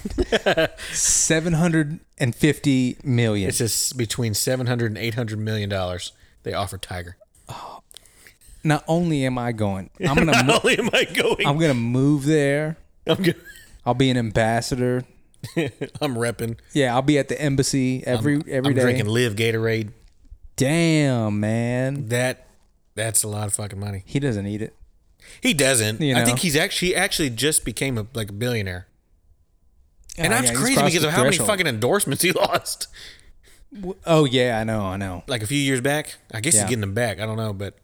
Speaker 3: <laughs> Seven hundred and fifty million.
Speaker 1: It's just between 700 and 800 million dollars they offer Tiger.
Speaker 3: Not only am I
Speaker 1: <laughs>
Speaker 3: going, I'm gonna mo-
Speaker 1: How am I going?
Speaker 3: I'm gonna move there.
Speaker 1: I'm, good.
Speaker 3: I'll be an ambassador.
Speaker 1: I'm repping.
Speaker 3: Yeah, I'll be at the embassy every every
Speaker 1: I'm
Speaker 3: day.
Speaker 1: drinking Live Gatorade.
Speaker 3: Damn, man,
Speaker 1: That that's a lot of fucking money.
Speaker 3: he doesn't eat it.
Speaker 1: He doesn't.
Speaker 3: You
Speaker 1: I
Speaker 3: know.
Speaker 1: think he's actually he actually just became a like a billionaire. And
Speaker 3: Oh,
Speaker 1: that's
Speaker 3: yeah, he's
Speaker 1: crazy
Speaker 3: crossed
Speaker 1: because
Speaker 3: the
Speaker 1: of how many
Speaker 3: threshold.
Speaker 1: fucking endorsements he <laughs> lost.
Speaker 3: Oh yeah, I know, I know.
Speaker 1: Like a few years back. I guess
Speaker 3: Yeah.
Speaker 1: he's getting them back. I don't know, but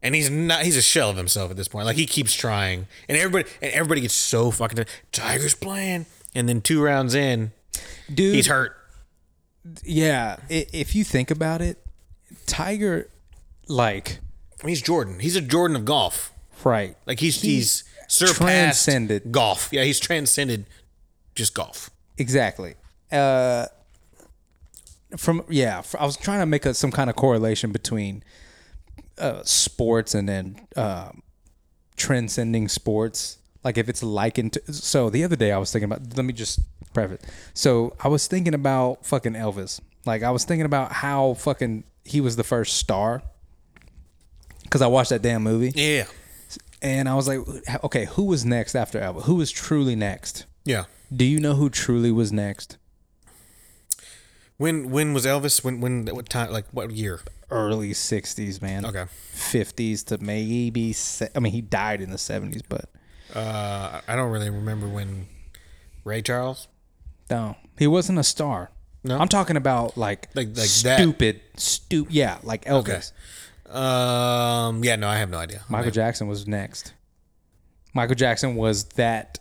Speaker 1: and he's not he's a shell of himself at this point. Like he keeps trying. And everybody and everybody gets so fucking Tiger's playing. And then two rounds in,
Speaker 3: Dude,
Speaker 1: he's hurt.
Speaker 3: yeah. i- If you think about it, Tiger, like,
Speaker 1: He's Jordan. He's a Jordan of golf.
Speaker 3: right?
Speaker 1: Like he's
Speaker 3: He
Speaker 1: he's surpassed
Speaker 3: transcended.
Speaker 1: golf. Yeah, he's transcended just golf.
Speaker 3: Exactly. Uh, from yeah, fr I was trying to make a, some kind of correlation between uh, sports and then um transcending sports. Like if it's likened to. So the other day I was thinking about. Let me just preface. So I was thinking about fucking Elvis. Like I was thinking about how fucking he was the first star. Because I watched that damn movie
Speaker 1: Yeah.
Speaker 3: and I was like, okay, who was next after Elvis? Who was truly next?
Speaker 1: Yeah.
Speaker 3: Do you know who truly was next?
Speaker 1: When when was Elvis? When when what time? Like what year?
Speaker 3: early 60s, man.
Speaker 1: Okay.
Speaker 3: 50s to maybe se- I mean he died in the 70s, but
Speaker 1: Uh, I don't really remember when. Ray Charles.
Speaker 3: no. He wasn't a star.
Speaker 1: No?
Speaker 3: I'm talking about like
Speaker 1: Like- like that.
Speaker 3: stupid, stupid. Yeah, like Elvis.
Speaker 1: Um. Yeah. No, I have no idea.
Speaker 3: Michael Jackson was next. Michael Jackson was that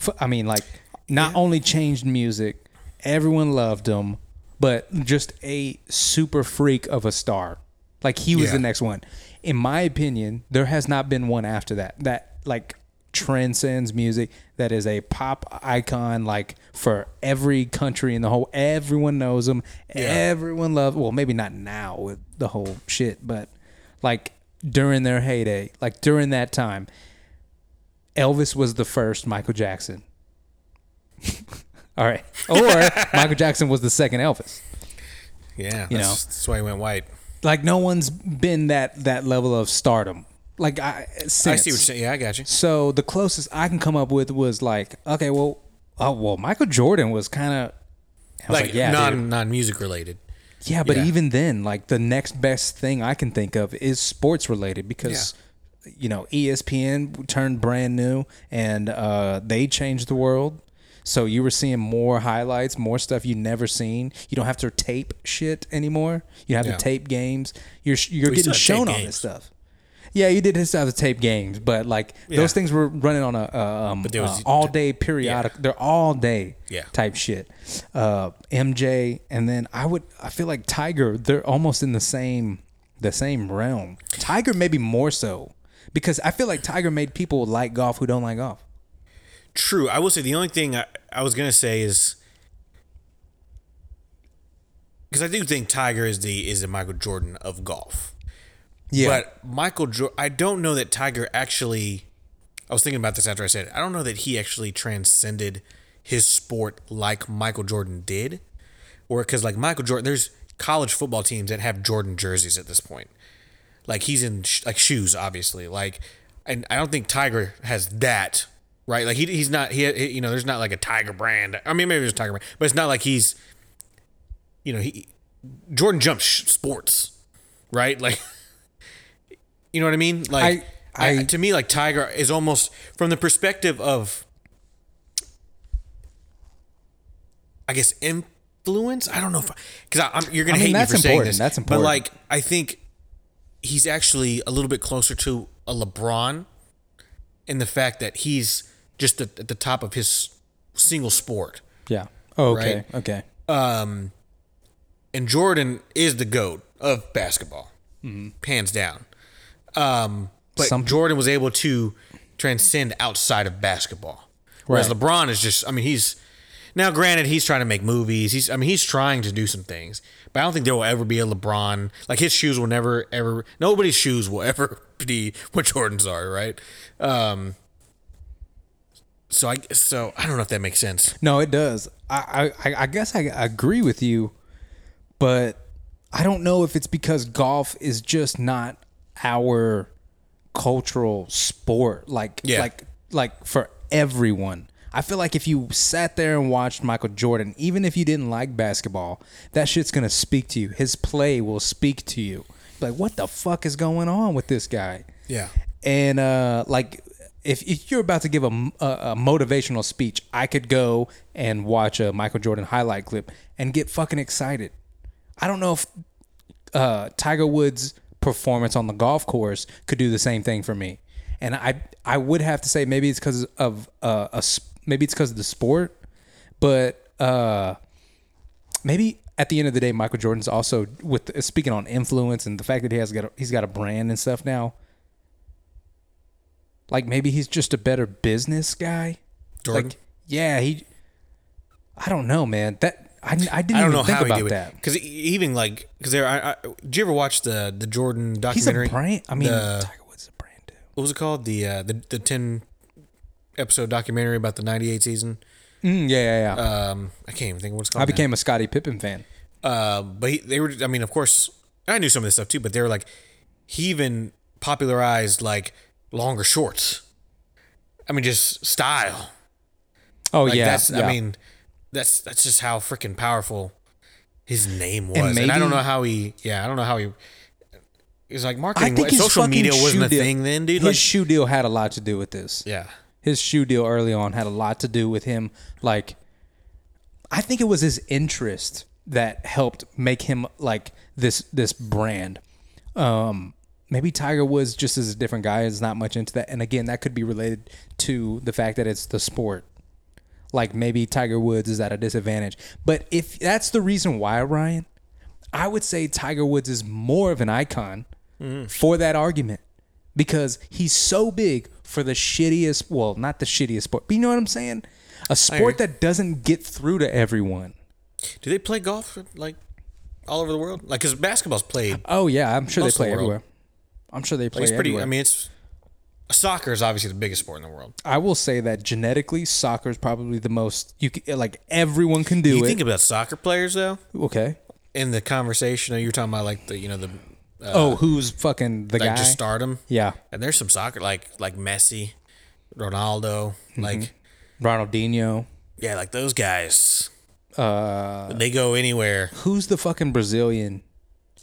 Speaker 3: f- I mean like not only changed music, everyone loved him, but just a super freak of a star. Like he was
Speaker 1: Yeah.
Speaker 3: the next one. In my opinion, there has not been one after that. That like transcends music, that is a pop icon like for every country in the whole. Everyone knows him. Everyone loves. Well, maybe not now with the whole shit, but like during their heyday, like during that time, Elvis was the first Michael Jackson. <laughs> All right, or Michael Jackson was the second Elvis.
Speaker 1: Yeah, that's,
Speaker 3: You know.
Speaker 1: that's why he went white.
Speaker 3: Like no one's been that that level of stardom. Like I, since.
Speaker 1: I see what you're saying. Yeah, I got you.
Speaker 3: So the closest I can come up with was like, okay, well, oh well, Michael Jordan was kind of
Speaker 1: Like,
Speaker 3: yeah,
Speaker 1: non
Speaker 3: dude.
Speaker 1: non music related.
Speaker 3: yeah, but
Speaker 1: yeah.
Speaker 3: even then, like the next best thing I can think of is sports related because you know E ESPN turned brand new and uh, they changed the world. So you were seeing more highlights, more stuff you never seen. You don't have to tape shit anymore. You don't have
Speaker 1: Yeah.
Speaker 3: to tape games. You're sh- you're
Speaker 1: We
Speaker 3: getting
Speaker 1: still
Speaker 3: shown
Speaker 1: have tape
Speaker 3: all this
Speaker 1: games.
Speaker 3: stuff. Yeah, you did this out of tape games, but like
Speaker 1: Yeah.
Speaker 3: those things were running on a uh, um,
Speaker 1: there was-
Speaker 3: uh, all day periodic. They're all day
Speaker 1: Yeah.
Speaker 3: type shit. Uh, MJ, and then I would I feel like Tiger. They're almost in the same the same realm. Tiger maybe more so because I feel like Tiger made people like golf who don't like golf.
Speaker 1: True. I will say the only thing I, I was gonna say is because I do think Tiger is the is the Michael Jordan of golf.
Speaker 3: Yeah,
Speaker 1: But Michael Jordan, I don't know that Tiger actually. I was thinking about this after I said it. I don't know that he actually transcended his sport like Michael Jordan did, or because like Michael Jordan, there's college football teams that have Jordan jerseys at this point. Like he's in sh- like shoes, obviously. Like, and I don't think Tiger has that right. Like he, he's not he, he you know there's not like a Tiger brand. I mean maybe there's a Tiger brand, but it's not like he's you know he Jordan jumps sh- sports, right? Like. <laughs> You know what I mean? Like
Speaker 3: I-
Speaker 1: I,
Speaker 3: I-
Speaker 1: to me, like Tiger is almost from the perspective of I guess influence. I don't know if because I'm you're
Speaker 3: I
Speaker 1: gonna
Speaker 3: mean,
Speaker 1: hate me
Speaker 3: that's
Speaker 1: for saying
Speaker 3: important.
Speaker 1: this.
Speaker 3: That's
Speaker 1: But
Speaker 3: important.
Speaker 1: like I think he's actually a little bit closer to a LeBron in the fact that he's just at at the top of his single sport.
Speaker 3: yeah. Oh, okay,
Speaker 1: Right.
Speaker 3: okay.
Speaker 1: Um, and Jordan is the goat of basketball, hands down. Um, but
Speaker 3: Some-
Speaker 1: Jordan was able to transcend outside of basketball, whereas
Speaker 3: Right.
Speaker 1: LeBron is just—I mean, he's now. Granted, he's trying to make movies. He's—I mean, he's trying to do some things, but I don't think there will ever be a LeBron. Like his shoes will never, ever. Nobody's shoes will <laughs> ever be what Jordan's are, right? Um, so I, so I don't know if that makes sense.
Speaker 3: No, it does. I I, I- I guess I agree with you, but I don't know if it's because golf is just not our cultural sport. Like
Speaker 1: Yeah.
Speaker 3: like like for everyone. I feel like if you sat there and watched Michael Jordan, even if you didn't like basketball, that shit's gonna speak to you. His play will speak to you. Like, what the fuck is going on with this guy?
Speaker 1: Yeah.
Speaker 3: and uh, like if, if you're about to give a, a, a motivational speech i could go and watch a michael jordan highlight clip and get fucking excited i don't know if uh, tiger woods performance on the golf course could do the same thing for me and i i would have to say maybe it's because of uh, a s- maybe it's because of the sport but uh maybe at the end of the day, Michael Jordan's also with speaking on influence and the fact that he has got a, he's got a brand and stuff now. Like maybe he's just a better business guy.
Speaker 1: Jordan?
Speaker 3: Like yeah, he. I don't know, man. That I, I didn't
Speaker 1: I don't
Speaker 3: even
Speaker 1: know
Speaker 3: think
Speaker 1: how he
Speaker 3: about
Speaker 1: did
Speaker 3: that.
Speaker 1: it because even like because there. I, I, did you ever watch the the Jordan
Speaker 3: He's a
Speaker 1: documentary?
Speaker 3: brand. I mean,
Speaker 1: the,
Speaker 3: Tiger Woods is a brand too.
Speaker 1: what was it called? The uh, the the ten episode documentary about the '98 season.
Speaker 3: Mm, yeah, yeah, yeah.
Speaker 1: Um, I can't even think of what it's called.
Speaker 3: I
Speaker 1: now.
Speaker 3: became a Scottie Pippen fan.
Speaker 1: Uh, but he, they were. I mean, of course, I knew some of this stuff too. But they were like, he even popularized like longer shorts. I mean, just style.
Speaker 3: Oh
Speaker 1: Like
Speaker 3: yeah,
Speaker 1: that's,
Speaker 3: yeah.
Speaker 1: I mean, that's that's just how freaking powerful his name was. And, I
Speaker 3: maybe-
Speaker 1: don't know how he. Yeah, I don't know how he. It was like
Speaker 3: I
Speaker 1: marketing.
Speaker 3: think his
Speaker 1: social
Speaker 3: fucking
Speaker 1: media wasn't
Speaker 3: shoe
Speaker 1: a
Speaker 3: deal-
Speaker 1: thing then, dude.
Speaker 3: His
Speaker 1: Like,
Speaker 3: shoe deal had a lot to do with this.
Speaker 1: yeah,
Speaker 3: his shoe deal early on had a lot to do with him like I think it was his interest that helped make him like this this brand. Um maybe Tiger Woods just is a different guy is not much into that and again that could be related to the fact that it's the sport. Like maybe Tiger Woods is at a disadvantage. But if that's the reason why Ryan, I would say Tiger Woods is more of an icon for that argument because he's so big for the shittiest, well, not the shittiest sport, but you know what I'm saying? A sport that doesn't get through to everyone.
Speaker 1: Do they play golf like all over the world? Like, because basketball's played.
Speaker 3: Oh yeah, I'm sure
Speaker 1: Most of
Speaker 3: they
Speaker 1: the
Speaker 3: play
Speaker 1: world.
Speaker 3: everywhere. I'm sure they play
Speaker 1: It's pretty.
Speaker 3: everywhere.
Speaker 1: I mean, it's soccer is obviously the biggest sport in the world.
Speaker 3: I will say that genetically, soccer is probably the most you c like everyone can do
Speaker 1: You
Speaker 3: Oh, it.
Speaker 1: think about soccer players though.
Speaker 3: okay.
Speaker 1: In the conversation, you were talking about like the you know the uh,
Speaker 3: oh, who's fucking the
Speaker 1: like
Speaker 3: guy?
Speaker 1: just stardom.
Speaker 3: yeah,
Speaker 1: And there's some soccer like like Messi, Ronaldo,
Speaker 3: Mm-hmm.
Speaker 1: like
Speaker 3: Ronaldinho.
Speaker 1: yeah, like those guys. Uh, they go anywhere.
Speaker 3: Who's the fucking Brazilian?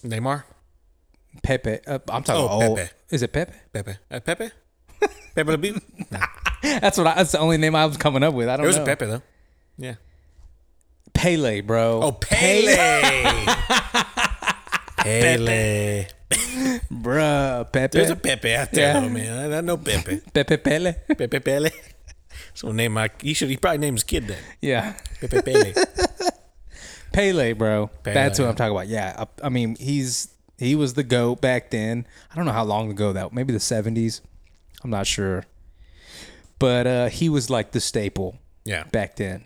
Speaker 1: Neymar,
Speaker 3: Pepe. Uh, I'm talking.
Speaker 1: Oh,
Speaker 3: old.
Speaker 1: Pepe.
Speaker 3: Is it Pepe?
Speaker 1: Pepe, uh, Pepe, <laughs> Pepe Le Pew.
Speaker 3: That's what. I, that's the only name I was coming up with. I don't
Speaker 1: There was
Speaker 3: know.
Speaker 1: a Pepe though. Yeah.
Speaker 3: Pele, bro.
Speaker 1: Oh, <laughs> Pele. Pele.
Speaker 3: bruh, Pepe.
Speaker 1: There's a Pepe out there,
Speaker 3: Yeah.
Speaker 1: though, man. I, I know Pepe.
Speaker 3: Pepe Pele.
Speaker 1: <laughs>
Speaker 3: <laughs>
Speaker 1: Pepe Pele. <laughs> So name my. He should. He probably named his kid that.
Speaker 3: yeah,
Speaker 1: Pepe <laughs> Pele.
Speaker 3: Pele, bro.
Speaker 1: Pele.
Speaker 3: That's what I'm talking about. Yeah, I, I mean he's he was the goat back then. I don't know how long ago that. Maybe the 70s. I'm not sure, but uh, he was like the staple
Speaker 1: Yeah.
Speaker 3: back then.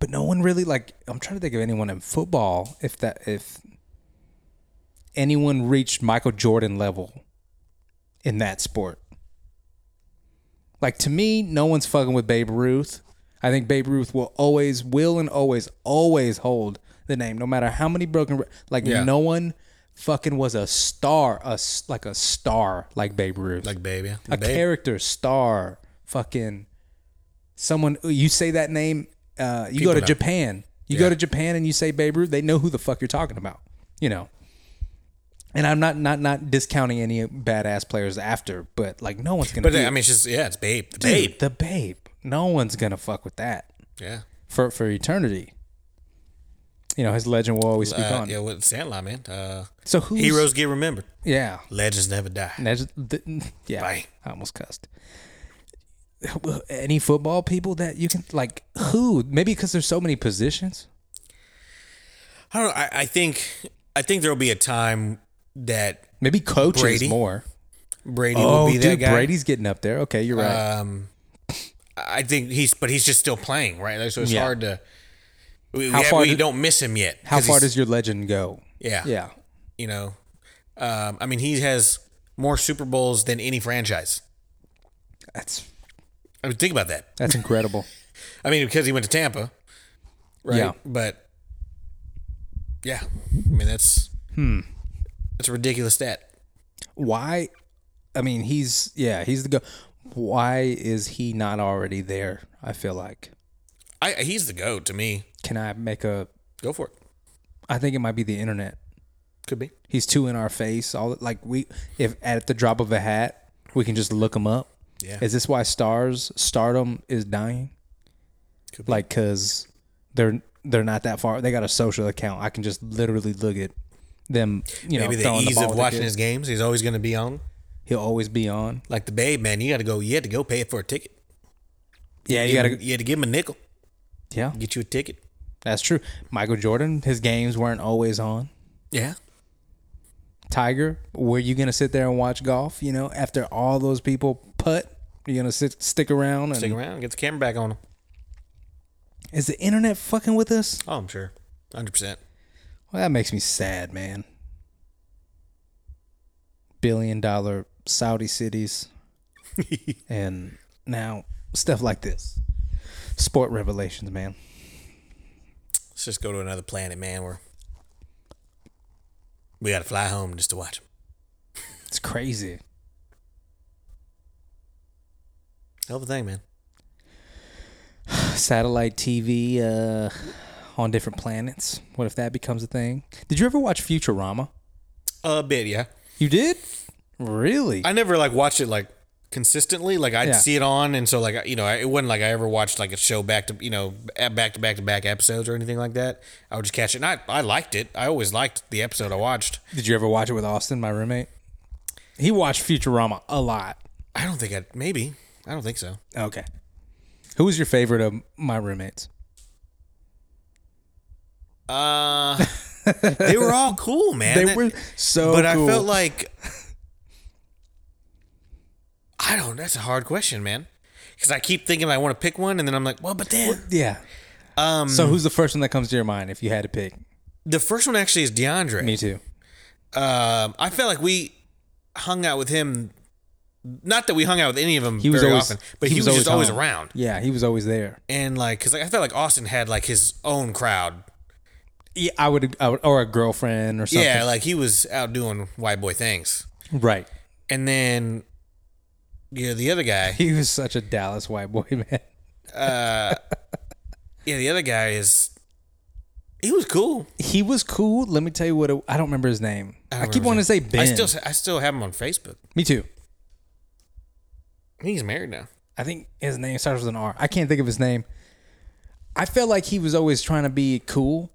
Speaker 3: But no one really like. I'm trying to think of anyone in football if that if anyone reached Michael Jordan level in that sport. Like to me, no one's fucking with Babe Ruth. I think Babe Ruth will always, will and always, always hold the name, no matter how many broken. re- Like
Speaker 1: Yeah.
Speaker 3: no one fucking was a star, a s- like a star like Babe Ruth
Speaker 1: Like baby.
Speaker 3: a
Speaker 1: Babe.
Speaker 3: character star fucking someone you say that name uh, you go
Speaker 1: People
Speaker 3: to
Speaker 1: know.
Speaker 3: japan you go
Speaker 1: Yeah.
Speaker 3: to japan and you say babe ruth they know who the fuck you're talking about you know and i'm not not not discounting any badass players after but like no one's gonna
Speaker 1: But
Speaker 3: be-
Speaker 1: I mean, it's just yeah, it's babe. The
Speaker 3: Dude,
Speaker 1: babe.
Speaker 3: the babe no one's gonna fuck with that
Speaker 1: Yeah.
Speaker 3: for for eternity you know his legend will always speak
Speaker 1: Uh,
Speaker 3: on
Speaker 1: yeah. With Sandlot, man. Uh,
Speaker 3: so who's
Speaker 1: heroes get remembered.
Speaker 3: yeah
Speaker 1: Legends never die.
Speaker 3: And that's- th- <laughs> yeah,
Speaker 1: Bye.
Speaker 3: I almost cussed. Any football people that you can like? Who? Maybe because there's so many positions.
Speaker 1: I don't. know, I, I think. I think there will be a time that
Speaker 3: Maybe coaches
Speaker 1: Brady
Speaker 3: more.
Speaker 1: Brady
Speaker 3: Oh,
Speaker 1: will be that
Speaker 3: dude,
Speaker 1: guy.
Speaker 3: Brady's getting up there. Okay, you're right.
Speaker 1: Um, I think he's, but he's just still playing, right? Like, so it's
Speaker 3: Yeah.
Speaker 1: hard to. We,
Speaker 3: How
Speaker 1: we-
Speaker 3: far
Speaker 1: we
Speaker 3: do-
Speaker 1: don't miss him yet.
Speaker 3: How
Speaker 1: 'cause
Speaker 3: far
Speaker 1: he's-
Speaker 3: does your legend go?
Speaker 1: yeah
Speaker 3: Yeah,
Speaker 1: you know, um, I mean he has more Super Bowls than any franchise.
Speaker 3: that's
Speaker 1: I mean think about that.
Speaker 3: that's incredible.
Speaker 1: I mean because he went to Tampa, right?
Speaker 3: Yeah.
Speaker 1: But yeah, I mean that's hmm. that's a ridiculous stat.
Speaker 3: Why? I mean, he's yeah, he's the go. Why is he not already there? I feel like.
Speaker 1: I he's the goat to me.
Speaker 3: Can I make a?
Speaker 1: Go for it.
Speaker 3: I think it might be the internet.
Speaker 1: Could be.
Speaker 3: He's too in our face. All like we, if at the drop of a hat, we can just look him up.
Speaker 1: Yeah.
Speaker 3: Is this why stars stardom is dying?
Speaker 1: Could be.
Speaker 3: Like, cause they're they're not that far. They got a social account. I can just literally look at them. You
Speaker 1: Maybe
Speaker 3: know,
Speaker 1: the
Speaker 3: throwing
Speaker 1: ease
Speaker 3: the ball
Speaker 1: of
Speaker 3: with
Speaker 1: watching
Speaker 3: the
Speaker 1: his
Speaker 3: kid.
Speaker 1: games. He's always going to be on.
Speaker 3: He'll always be on.
Speaker 1: Like the babe, man, you got to go. You had to go pay for a ticket.
Speaker 3: Yeah, you gotta.
Speaker 1: You had to give him a nickel.
Speaker 3: Yeah,
Speaker 1: Get you a ticket.
Speaker 3: that's true. Michael Jordan, his games weren't always on.
Speaker 1: Yeah.
Speaker 3: Tiger, were you gonna sit there and watch golf? You know, after all those people putt, you gonna sit stick around? And
Speaker 1: Stick around. Get the camera back on him.
Speaker 3: is the internet fucking with us?
Speaker 1: Oh, I'm sure. Hundred percent.
Speaker 3: Well, that makes me sad, man. Billion dollar Saudi
Speaker 1: <laughs>
Speaker 3: cities. and now stuff like this. Sport revelations, man.
Speaker 1: Let's just go to another planet, man. Where we gotta fly home just to watch 'em.
Speaker 3: It's crazy.
Speaker 1: Hell of a thing, man.
Speaker 3: Satellite TV uh, on different planets. What if that becomes a thing? Did you ever watch Futurama?
Speaker 1: A bit, yeah.
Speaker 3: You did? Really?
Speaker 1: I never like watched it like consistently. Like I'd
Speaker 3: Yeah.
Speaker 1: see it on, and so like you know, I, it wasn't like I ever watched like a show back to you know a- back to back to back episodes or anything like that. I would just catch it. And I I liked it. I always liked the episode I watched.
Speaker 3: did you ever watch it with Austin, my roommate? He watched Futurama a lot.
Speaker 1: I don't think I maybe. I don't think so.
Speaker 3: Okay. Who was your favorite of my roommates?
Speaker 1: <laughs> Uh, they were all cool, man.
Speaker 3: They
Speaker 1: That- <laughs>
Speaker 3: were so
Speaker 1: but I
Speaker 3: cool.
Speaker 1: felt like I don't. That's a hard question, man. Because I keep thinking I want to pick one, and then I'm like, well, but then
Speaker 3: Yeah. Um, so who's the first one that comes to your mind if you had to pick?
Speaker 1: the first one actually is DeAndre.
Speaker 3: Me too.
Speaker 1: Um, I felt like we hung out with him. Not that we hung out with any of them
Speaker 3: He was
Speaker 1: very
Speaker 3: always,
Speaker 1: often, but he, was, just always
Speaker 3: home.
Speaker 1: around.
Speaker 3: Yeah, he was always there.
Speaker 1: And like, cause like, I felt like Austin had like his own crowd.
Speaker 3: Yeah, I would, I would or a girlfriend or something.
Speaker 1: Yeah, like he was out doing white boy things.
Speaker 3: right.
Speaker 1: And then, yeah, the other guy.
Speaker 3: He was such a Dallas white boy, <laughs> man.
Speaker 1: Yeah, the other guy is. He was cool.
Speaker 3: He was cool. Let me tell you what. It, I don't remember his name. I, keep wanting to say Ben.
Speaker 1: I still, I still have him on Facebook.
Speaker 3: Me too.
Speaker 1: He's married now.
Speaker 3: I think his name starts with an R. I can't think of his name. I felt like he was always trying to be cool.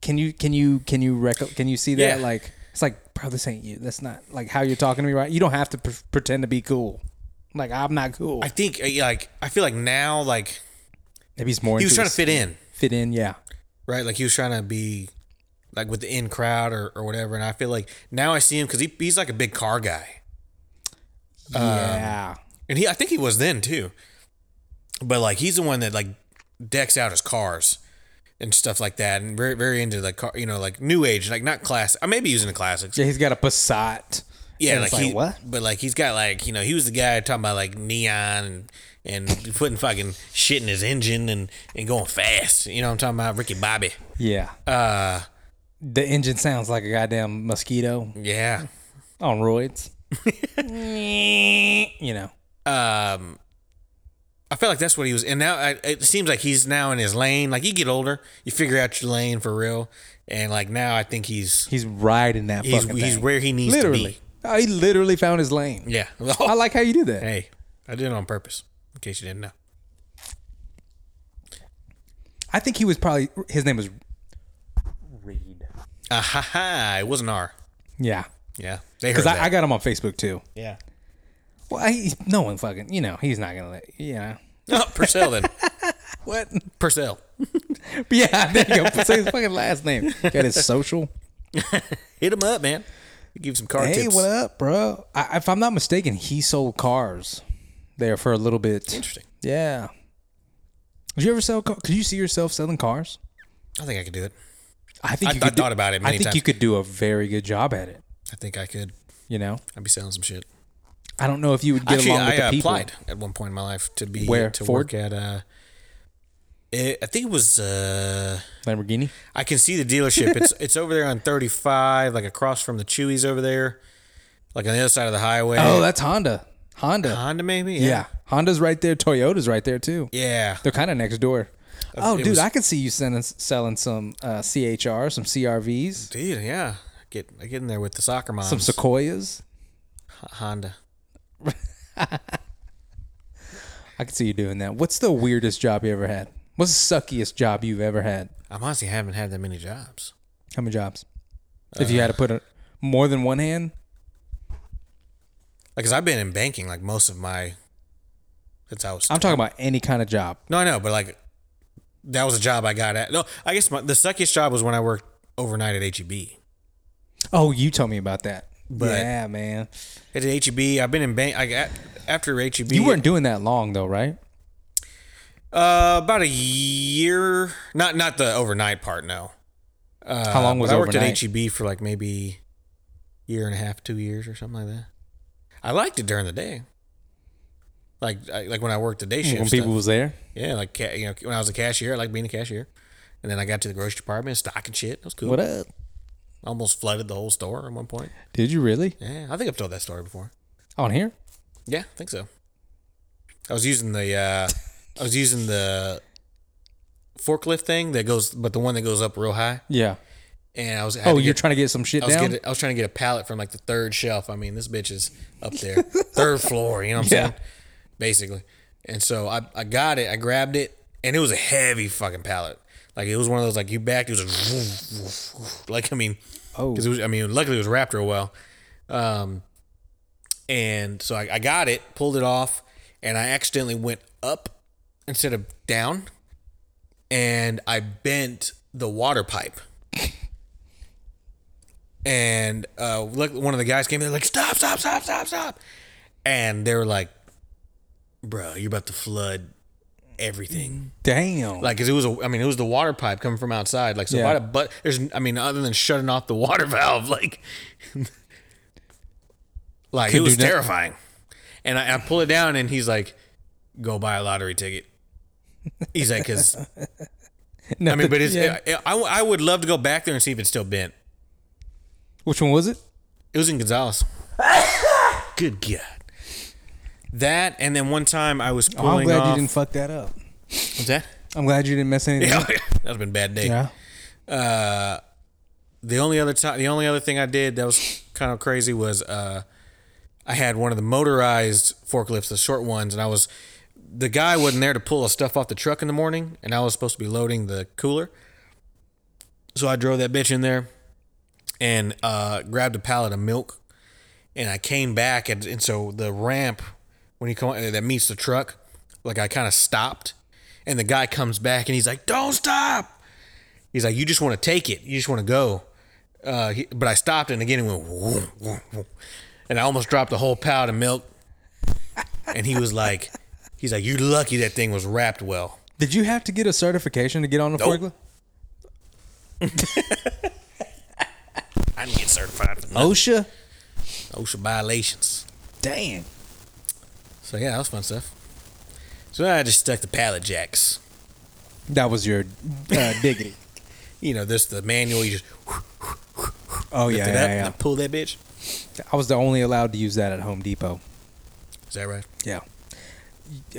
Speaker 3: Can you can you can you rec- can you see that?
Speaker 1: Yeah.
Speaker 3: Like it's like bro, this ain't you. That's not like how you're talking to me, right? You don't have to pre- pretend to be cool. Like I'm not cool.
Speaker 1: I think, uh, like, I feel like now, like,
Speaker 3: Maybe he's more.
Speaker 1: he was
Speaker 3: into
Speaker 1: trying to
Speaker 3: his-
Speaker 1: fit in,
Speaker 3: fit in. Yeah,
Speaker 1: right? Like, he was trying to be, like, with the in crowd or, or whatever. And I feel like now I see him because he, he's like a big car guy. Um,
Speaker 3: yeah.
Speaker 1: And he, I think he was then too. But like, he's the one that like decks out his cars and stuff like that, and very, very into like car, you know, like new age, like not class. I may be using the classics.
Speaker 3: Yeah, he's got a Passat.
Speaker 1: Yeah,
Speaker 3: And
Speaker 1: like,
Speaker 3: it's
Speaker 1: he,
Speaker 3: what?
Speaker 1: But like, he's got like, you know, he was the guy talking about like neon and, and putting fucking shit in his engine and and going fast. You know, what I'm talking about Ricky Bobby.
Speaker 3: Yeah. Uh, the engine sounds like a goddamn mosquito
Speaker 1: Yeah.
Speaker 3: on
Speaker 1: <laughs>
Speaker 3: roids. you know.
Speaker 1: Um. I felt like that's what he was, and now I, it seems like he's now in his lane. Like you get older, you figure out your lane for real, and like now I think he's
Speaker 3: He's riding that
Speaker 1: He's,
Speaker 3: fucking
Speaker 1: he's
Speaker 3: thing.
Speaker 1: where he needs
Speaker 3: literally. Oh, he literally found his lane.
Speaker 1: to be. Yeah. <laughs> Oh,
Speaker 3: I like how you do that.
Speaker 1: hey, I did it on purpose, in case you didn't know.
Speaker 3: I think he was probably his name was Reed.
Speaker 1: Ah, ha, ha. It was an R.
Speaker 3: Yeah,
Speaker 1: Yeah. They heard
Speaker 3: because
Speaker 1: that.
Speaker 3: I, I got him on Facebook too.
Speaker 1: yeah.
Speaker 3: Well, I, no one fucking you know he's not gonna let you know
Speaker 1: Oh, <laughs>
Speaker 3: <laughs>
Speaker 1: Purcell then.
Speaker 3: what.
Speaker 1: Purcell.
Speaker 3: <laughs> Yeah, there you go. <laughs> Say his fucking last name. Got his social.
Speaker 1: Hit him up, man. Give him some car
Speaker 3: Hey,
Speaker 1: tips.
Speaker 3: what up, bro? I, if I'm not mistaken, he sold cars there for a little bit.
Speaker 1: Interesting.
Speaker 3: Yeah. Did you ever sell? Car- could you see yourself selling cars?
Speaker 1: I think I could do it.
Speaker 3: I think
Speaker 1: I-
Speaker 3: you
Speaker 1: I
Speaker 3: could do-
Speaker 1: thought about it many
Speaker 3: I think
Speaker 1: times.
Speaker 3: you could do a very good job at it.
Speaker 1: I think I could.
Speaker 3: You know,
Speaker 1: I'd be selling some shit.
Speaker 3: I don't know if you would get
Speaker 1: Actually,
Speaker 3: along with
Speaker 1: I
Speaker 3: the
Speaker 1: uh,
Speaker 3: people.
Speaker 1: applied at one point in my life to be
Speaker 3: Where?
Speaker 1: to
Speaker 3: Ford?
Speaker 1: work at. Uh, it, I think it was. Uh,
Speaker 3: Lamborghini.
Speaker 1: I can see the dealership.
Speaker 3: <laughs>
Speaker 1: It's it's over there on 35, like across from the Chewy's over there, like on the other side of the highway.
Speaker 3: Oh, that's Honda. Honda.
Speaker 1: Honda maybe.
Speaker 3: yeah. Honda's right there. Toyota's right there too.
Speaker 1: Uh, Yeah.
Speaker 3: They're kind of next door. Oh,
Speaker 1: it
Speaker 3: dude,
Speaker 1: was-
Speaker 3: I could see you sending, selling some uh, CHR, some CRVs,
Speaker 1: Dude, yeah. I Get I get in there with the soccer moms.
Speaker 3: some Sequoias.
Speaker 1: Honda.
Speaker 3: I could see you doing that. What's the weirdest job you ever had? What's the suckiest job you've ever had?
Speaker 1: I honestly haven't had that many jobs.
Speaker 3: How many jobs? if you had to put a, more than one hand,
Speaker 1: Like, cause I've been in banking like most of my since I was.
Speaker 3: I'm talking about any kind of job.
Speaker 1: no, I know, but like that was a job I got at. No, I guess my, the suckiest job was when I worked overnight at E HEB.
Speaker 3: Oh, you told me about that.
Speaker 1: But-
Speaker 3: yeah, man.
Speaker 1: At HEB, I've been in bank. I got after E HEB.
Speaker 3: You weren't doing that long though, right?
Speaker 1: Uh, about a year. Not not the overnight part. No. Uh,
Speaker 3: How long was
Speaker 1: but I
Speaker 3: overnight?
Speaker 1: worked at HEB for like maybe year and a half, two years or something like that. I liked it during the day. Like I, like when I worked the day shift.
Speaker 3: when
Speaker 1: stuff.
Speaker 3: people was there.
Speaker 1: yeah, like ca- you know when I was a cashier, I liked being a cashier. And then I got to the grocery department, stocking shit. It was cool.
Speaker 3: What up?
Speaker 1: Almost flooded the whole store at one point.
Speaker 3: Did you really
Speaker 1: Yeah, I think I've told that story before.
Speaker 3: on here?
Speaker 1: Yeah, I think so. I was using the uh I was using the forklift thing that goes but the one that goes up real high.
Speaker 3: Yeah.
Speaker 1: And I was I had
Speaker 3: Oh,
Speaker 1: to
Speaker 3: you're
Speaker 1: get-
Speaker 3: trying to get some shit
Speaker 1: I was,
Speaker 3: down.
Speaker 1: getting, I was trying to get a pallet from like the third shelf. I mean, this bitch is up
Speaker 3: <laughs>
Speaker 1: there, third floor. You know what I'm
Speaker 3: Yeah.
Speaker 1: saying? Basically. And so I, I got it. I grabbed it, and it was a heavy fucking pallet. Like it was one of those like you backed. It was a woof, woof, woof. <laughs> like I mean,
Speaker 3: Oh.
Speaker 1: because it was I mean, luckily it was wrapped real well. Um, and so I, I got it, pulled it off, and I accidentally went up instead of down, and I bent the water pipe and uh, look, one of the guys came in like, stop, stop, stop, stop, stop. and they were like, "Bro, you're about to flood everything."
Speaker 3: Mm-hmm. Damn.
Speaker 1: Like, 'cause it was a, I mean, it was the water pipe coming from outside. Like, so
Speaker 3: Yeah.
Speaker 1: why? the- But there's, I mean, other than shutting off the water <laughs> valve, like, like
Speaker 3: Could
Speaker 1: it
Speaker 3: do
Speaker 1: was
Speaker 3: that.
Speaker 1: terrifying. And I, I pull it down, and he's like, "Go buy a lottery ticket." He's like, "Cause <laughs> I mean, but
Speaker 3: <laughs>
Speaker 1: it's,
Speaker 3: Yeah.
Speaker 1: I, I, I would love to go back there and see if it's still bent."
Speaker 3: Which one was it?
Speaker 1: It was
Speaker 3: <laughs>
Speaker 1: in Gonzales. Good God. That and then one time I was
Speaker 3: Oh, I'm
Speaker 1: pulling
Speaker 3: glad
Speaker 1: off.
Speaker 3: you didn't fuck that up.
Speaker 1: What's that?
Speaker 3: I'm glad you didn't mess anything
Speaker 1: Yeah,
Speaker 3: up.
Speaker 1: <laughs> that has been a bad day.
Speaker 3: Yeah.
Speaker 1: The only other time, the only other thing I did that was kind of crazy was uh, I had one of the motorized forklifts, the short ones, and I was the guy wasn't there to pull the stuff off the truck in the morning, and I was supposed to be loading the cooler. So I drove that bitch in there and uh, grabbed a pallet of milk, and I came back, and, and so the ramp when you come uh, that meets the truck, like I kind of stopped, and the guy comes back and he's like, "Don't stop." He's like, you just want to take it. You just want to go. Uh, he, but I stopped and again it went, whoom, whoom, whoom. and I almost dropped the whole pound of milk. And he was like, he's like, you're lucky that thing was wrapped well.
Speaker 3: Did you have to get a certification to get on the
Speaker 1: Nope.
Speaker 3: forklift?
Speaker 1: I didn't get certified for no
Speaker 3: OSHA?
Speaker 1: Oh, OSHA violations.
Speaker 3: Damn.
Speaker 1: So yeah, that was fun stuff. So I just stuck the pallet jacks.
Speaker 3: That was your uh,
Speaker 1: <laughs>
Speaker 3: diggity.
Speaker 1: You know, this the manual. You just lift
Speaker 3: Oh, yeah,
Speaker 1: it
Speaker 3: yeah,
Speaker 1: up and I
Speaker 3: yeah.
Speaker 1: pull that bitch.
Speaker 3: I was the only allowed to use that at Home Depot.
Speaker 1: Is that right?
Speaker 3: Yeah.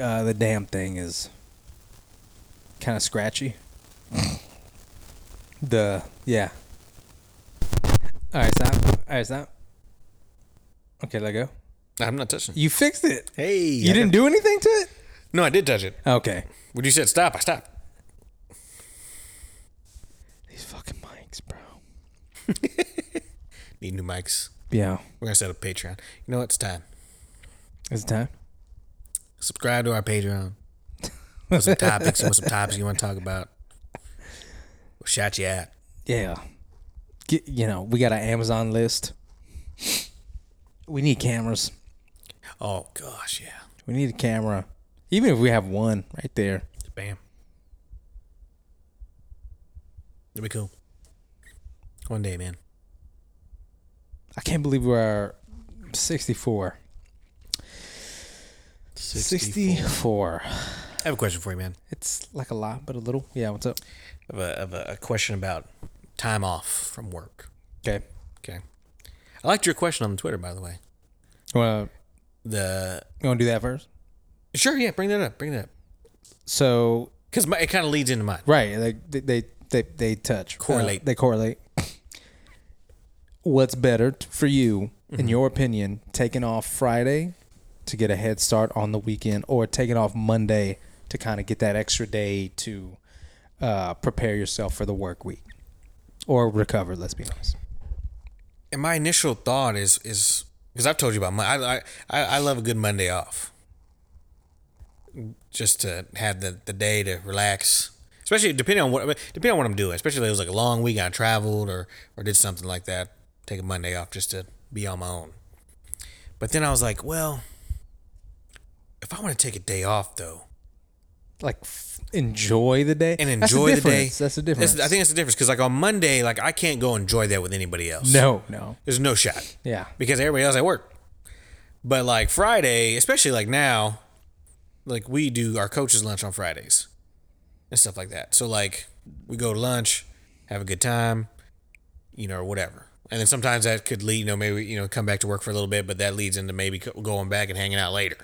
Speaker 3: Uh, the damn thing is kind of <laughs> scratchy. the yeah. All right, stop. All right, stop. Okay, let go.
Speaker 1: I'm not touching.
Speaker 3: You fixed it.
Speaker 1: Hey,
Speaker 3: You didn't do anything to it.
Speaker 1: No, I did touch it.
Speaker 3: Okay.
Speaker 1: When you said stop, I stopped.
Speaker 3: These fucking mics, bro.
Speaker 1: Need new mics.
Speaker 3: Yeah.
Speaker 1: We're gonna set up Patreon. You know what? It's time.
Speaker 3: Is it time?
Speaker 1: subscribe to our Patreon. With some topics and with some topics you want to talk about. We'll shout you out.
Speaker 3: Yeah. Get, you know, we got an Amazon <laughs> list. We need cameras.
Speaker 1: Oh gosh, yeah.
Speaker 3: We need a camera. Even if we have one right there.
Speaker 1: Bam. It'll be cool. One day, man.
Speaker 3: I can't believe we're 64. 64.
Speaker 1: I have a question for you, man.
Speaker 3: It's like a lot, but a little. Yeah, what's up?
Speaker 1: I have a, I have a, a question about time off from work.
Speaker 3: Okay.
Speaker 1: Okay. I liked your question on Twitter, by the way.
Speaker 3: Well,
Speaker 1: The
Speaker 3: you want to do that first?
Speaker 1: sure, yeah, bring that up, bring that up,
Speaker 3: So,
Speaker 1: because it kind of leads into mine.
Speaker 3: right, like they they they, they touch Uh,
Speaker 1: Correlate.
Speaker 3: they correlate. What's better t- for you, in your opinion, taking off Friday to get a head start on the weekend, or taking off Monday to kind of get that extra day to uh, prepare yourself for the work week or recover? Let's be honest.
Speaker 1: and my initial thought is is because I've told you about my I, I I love a good Monday off, just to have the, the day to relax. Especially depending on what depending on what I'm doing. Especially if it was like a long week I traveled or or did something like that. Take a Monday off just to be on my own. But then I was like, well, if I want to take a day off though,
Speaker 3: like f- enjoy the day
Speaker 1: and
Speaker 3: That's
Speaker 1: enjoy the, day,
Speaker 3: difference. That's the difference.
Speaker 1: I think that's the difference because like on Monday, like I can't go enjoy that with anybody else.
Speaker 3: no, no,
Speaker 1: there's no shot.
Speaker 3: yeah,
Speaker 1: because everybody else at work. But like Friday, especially like now, like we do our coaches lunch on Fridays and stuff like that. So like we go to lunch, have a good time, you know, or whatever. And then sometimes that could lead, you know, maybe you know, come back to work for a little bit, but that leads into maybe co- going back and hanging out later,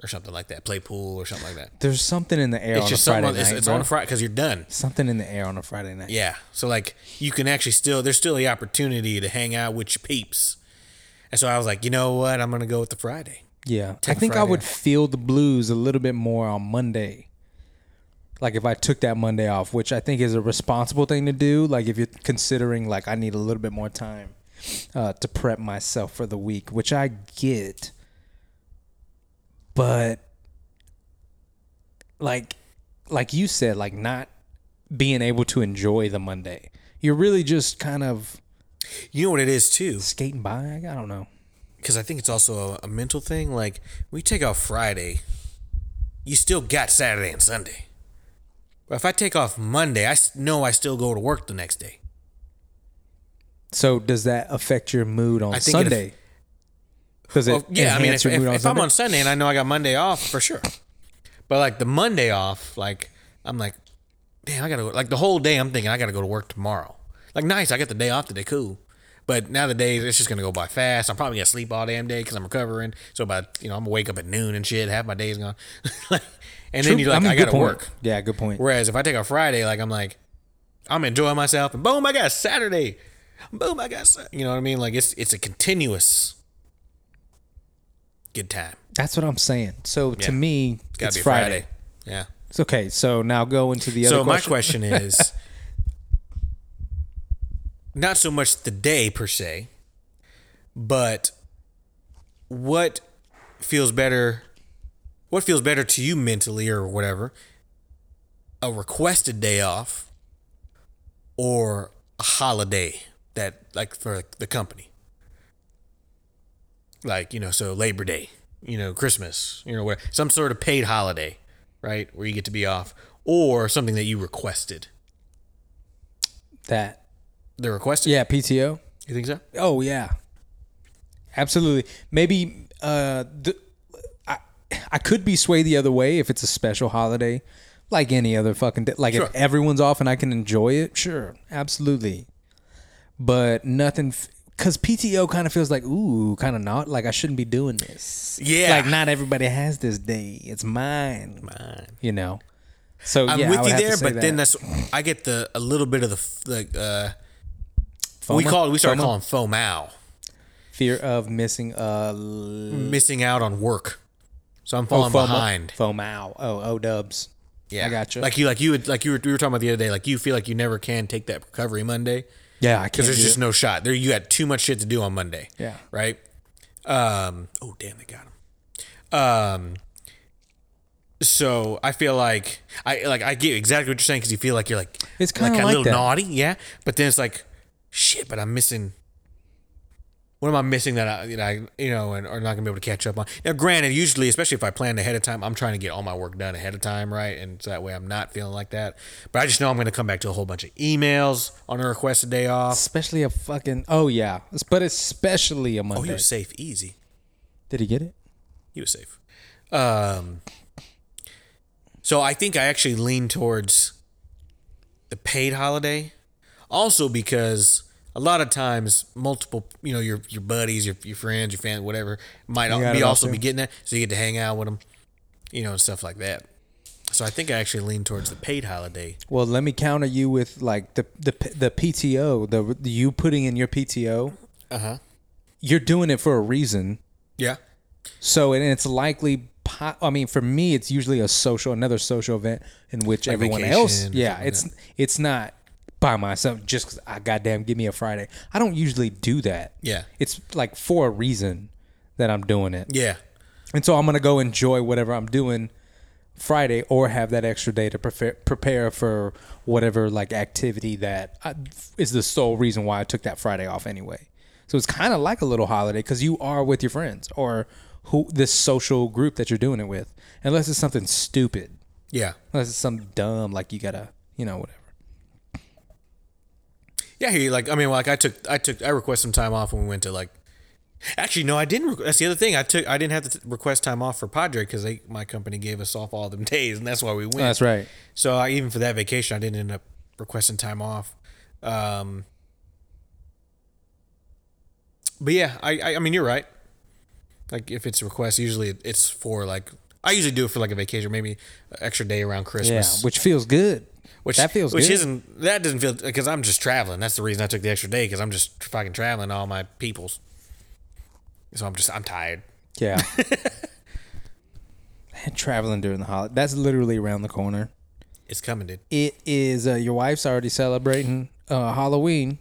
Speaker 1: or something like that, play pool or something like that.
Speaker 3: there's something in the air
Speaker 1: It's
Speaker 3: on
Speaker 1: just
Speaker 3: a
Speaker 1: something.
Speaker 3: Friday
Speaker 1: on- it's,
Speaker 3: night.
Speaker 1: it's
Speaker 3: bro.
Speaker 1: on a Friday because you're done.
Speaker 3: something in the air on a Friday night.
Speaker 1: Yeah. So like you can actually still there's still the opportunity to hang out with your peeps. And so I was like, you know what? I'm gonna go with the Friday.
Speaker 3: Yeah, I
Speaker 1: Take a
Speaker 3: think I
Speaker 1: Friday
Speaker 3: would
Speaker 1: off.
Speaker 3: feel the blues a little bit more on Monday. Like if I took that Monday off, which I think is a responsible thing to do. Like if you're considering like I need a little bit more time uh, to prep myself for the week, which I get, but like like you said, like not being able to enjoy the Monday, you're really just kind of
Speaker 1: You know what it is too?
Speaker 3: skating by. I don't know.
Speaker 1: because I think it's also a, a mental thing. Like we take off Friday, you still got Saturday and Sunday. But if I take off Monday, I s- know I still go to work the next day.
Speaker 3: So does that affect your mood on
Speaker 1: I think it aff-
Speaker 3: Sunday? Does it?
Speaker 1: Well, yeah, I mean,
Speaker 3: enhance
Speaker 1: if,
Speaker 3: your
Speaker 1: if-
Speaker 3: mood on
Speaker 1: if I'm
Speaker 3: Sunday?
Speaker 1: on Sunday and I know I got Monday off for sure, but like the Monday off, like I'm like, damn, I gotta go. Like the whole day, I'm thinking I gotta go to work tomorrow. Like nice, I got the day off today, cool. But now the day it's just gonna go by fast. I'm probably gonna sleep all damn day because I'm recovering. So by you know I'm gonna wake up at noon and shit. Half my day's gone. <laughs> Like, and then
Speaker 3: True.
Speaker 1: you like
Speaker 3: mean,
Speaker 1: I
Speaker 3: good
Speaker 1: gotta
Speaker 3: point.
Speaker 1: work.
Speaker 3: Yeah, good point.
Speaker 1: Whereas if I take a Friday, like I'm like, I'm enjoying myself, and boom, I got Saturday. Boom, I got Sa- you know what I mean. Like it's it's a continuous good time.
Speaker 3: That's what I'm saying. So
Speaker 1: Yeah.
Speaker 3: to me,
Speaker 1: It's
Speaker 3: it's,
Speaker 1: gotta be
Speaker 3: Friday.
Speaker 1: Friday. Yeah.
Speaker 3: It's okay. So now go into the other.
Speaker 1: So my
Speaker 3: question. <laughs>
Speaker 1: question is, not so much the day per se, but what feels better? What feels better to you mentally or whatever? A requested day off, or a holiday that like for the company, like you know, so Labor Day, you know, Christmas, you know, where some sort of paid holiday, right, where you get to be off, or something that you requested.
Speaker 3: that
Speaker 1: The requested,
Speaker 3: yeah PTO.
Speaker 1: You think so?
Speaker 3: Oh yeah, absolutely. Maybe uh, the, I I could be swayed the other way if it's a special holiday, like any other fucking day. Like
Speaker 1: Sure.
Speaker 3: if everyone's off and I can enjoy it, sure, absolutely. But nothing, because PTO kind of feels like ooh, kind of not like I shouldn't be doing this.
Speaker 1: Yeah.
Speaker 3: like not everybody has this day. It's mine. Mine. You know. So
Speaker 1: I'm
Speaker 3: yeah, I
Speaker 1: with
Speaker 3: would
Speaker 1: you
Speaker 3: have to
Speaker 1: there,
Speaker 3: say
Speaker 1: but then
Speaker 3: that.
Speaker 1: that's I get the a little bit of the f- the uh, we
Speaker 3: FOMO?
Speaker 1: call it we started
Speaker 3: FOMO?
Speaker 1: calling FOMO,
Speaker 3: fear of missing a l-
Speaker 1: missing out on work. So I'm falling
Speaker 3: Oh, FOMO.
Speaker 1: behind.
Speaker 3: FOMO. Oh, O dubs.
Speaker 1: Yeah,
Speaker 3: I gotcha.
Speaker 1: Like you, like you would, like you were, we were talking about the other day. Like you feel like you never can take that recovery Monday
Speaker 3: Yeah, I
Speaker 1: because
Speaker 3: can't.
Speaker 1: there's
Speaker 3: do
Speaker 1: just
Speaker 3: it.
Speaker 1: no shot. There, you got too much shit to do on Monday.
Speaker 3: Yeah.
Speaker 1: Right. Um. Oh damn, they got him. Um. So I feel like I like I get exactly what you're saying because you feel like you're like
Speaker 3: It's kinda
Speaker 1: a
Speaker 3: like
Speaker 1: little
Speaker 3: that.
Speaker 1: naughty, yeah. But then it's like, shit. But I'm missing. What am I missing that I that I you know and are not gonna be able to catch up on? Now, granted, usually, especially if I plan ahead of time, I'm trying to get all my work done ahead of time, right? And so that way I'm not feeling like that. But I just know I'm gonna come back to a whole bunch of emails on a requested day off.
Speaker 3: Especially a fucking. Oh yeah, but especially a
Speaker 1: Oh,
Speaker 3: Monday.
Speaker 1: you was safe, easy.
Speaker 3: Did he get it?
Speaker 1: he was safe. Um, so I think I actually lean towards the paid holiday, also because a lot of times multiple, you know, your your buddies, your your friends, your family, whatever, might
Speaker 3: got
Speaker 1: be
Speaker 3: it
Speaker 1: also
Speaker 3: off
Speaker 1: be
Speaker 3: too.
Speaker 1: getting that, so you get to hang out with them, you know, and stuff like that. So I think I actually lean towards the paid holiday.
Speaker 3: Well, let me counter you with like the the p- the PTO, the the you putting in your PTO.
Speaker 1: Uh huh.
Speaker 3: You're doing it for a reason.
Speaker 1: Yeah.
Speaker 3: So and it's likely. po- I mean, for me, it's usually a social, another social event in which everyone
Speaker 1: vacation
Speaker 3: else.
Speaker 1: or
Speaker 3: Yeah,
Speaker 1: something like
Speaker 3: it's it's not by myself just because I goddamn give me a Friday. I don't usually do that.
Speaker 1: Yeah.
Speaker 3: it's like for a reason that I'm doing it.
Speaker 1: Yeah.
Speaker 3: And so I'm going to go enjoy whatever I'm doing Friday or have that extra day to prepare, prepare for whatever like activity that I, is the sole reason why I took that Friday off anyway. So it's kind of like a little holiday cuz you are with your friends or who this social group that you're doing it with. Unless it's something stupid.
Speaker 1: Yeah.
Speaker 3: Unless it's something dumb like you got to, you know, whatever.
Speaker 1: Yeah, he like I mean like I took I took I request some time off when we went to like Actually no, I didn't requ- that's the other thing. I took I didn't have to t- request time off for Padre cuz they my company gave us off all them <laughs> days and that's why we went.
Speaker 3: That's right.
Speaker 1: So I even for that vacation I didn't end up requesting time off. Um But yeah, I I, I mean you're right. Like if it's a request usually it- it's for like I usually do it for like a vacation, maybe an extra day around
Speaker 3: Yeah,
Speaker 1: Christmas
Speaker 3: which feels good.
Speaker 1: which
Speaker 3: that feels
Speaker 1: which
Speaker 3: good.
Speaker 1: isn't that doesn't feel because I'm just traveling. That's the reason I took the extra day because I'm just fucking traveling to all my peoples. So I'm just I'm tired. <laughs>
Speaker 3: Yeah. <laughs> Man, Traveling during the holiday. That's literally around the corner.
Speaker 1: It's coming, dude.
Speaker 3: It is uh, your wife's already celebrating uh, Halloween.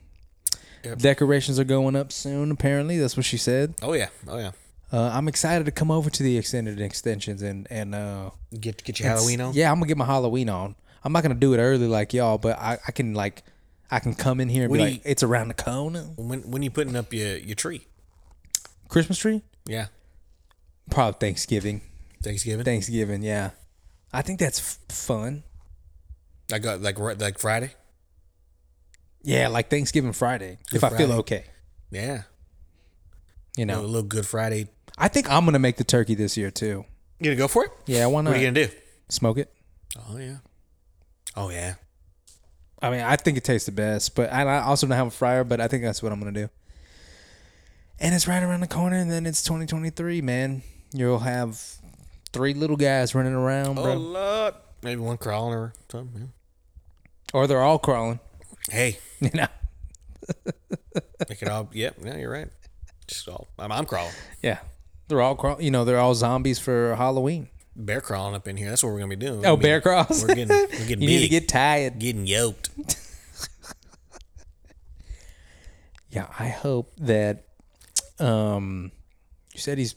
Speaker 1: Yep.
Speaker 3: Decorations are going up soon. Apparently, that's what she said.
Speaker 1: Oh yeah, oh yeah.
Speaker 3: Uh, I'm excited to come over to the extended extensions and and uh,
Speaker 1: Get get your Halloween on.
Speaker 3: Yeah, I'm gonna get my Halloween on. I'm not gonna do it early like y'all, but I, I can like I can come in here and
Speaker 1: What
Speaker 3: be
Speaker 1: do
Speaker 3: like,
Speaker 1: you-
Speaker 3: it's around the corner.
Speaker 1: When when you putting up your your tree?
Speaker 3: Christmas tree?
Speaker 1: Yeah.
Speaker 3: Probably Thanksgiving.
Speaker 1: Thanksgiving.
Speaker 3: Thanksgiving, yeah. I think that's f- fun.
Speaker 1: I got like right like Friday.
Speaker 3: Yeah, like Thanksgiving Friday. if I feel
Speaker 1: Friday.
Speaker 3: okay,
Speaker 1: Yeah.
Speaker 3: you know.
Speaker 1: A little Good Friday.
Speaker 3: I think I'm gonna make the turkey this year too.
Speaker 1: You gonna go for it?
Speaker 3: Yeah, why not?
Speaker 1: What are you gonna do?
Speaker 3: Smoke it.
Speaker 1: Oh yeah. Oh yeah.
Speaker 3: I mean, I think it tastes the best, but I I also don't have a fryer. But I think that's what I'm gonna do. And it's right around the corner, and then it's 2023, man. You'll have three little guys running around,
Speaker 1: Oh
Speaker 3: bro,
Speaker 1: Lord. Maybe one crawling or something.
Speaker 3: or they're all crawling. <laughs>
Speaker 1: yeah. Hey,
Speaker 3: You know,
Speaker 1: they could all. <laughs> Yep. Yeah, you're right. Just all. I'm, I'm crawling.
Speaker 3: yeah, they're all crawl. You know, they're all zombies for Halloween.
Speaker 1: Bear crawling up in here. That's what we're gonna be doing. We're
Speaker 3: Oh,
Speaker 1: gonna be-
Speaker 3: bear crawls.
Speaker 1: We're getting. We're
Speaker 3: <laughs>
Speaker 1: getting
Speaker 3: you
Speaker 1: big.
Speaker 3: need to get tired.
Speaker 1: getting yoked.
Speaker 3: Yeah, I hope that. Um, you said he's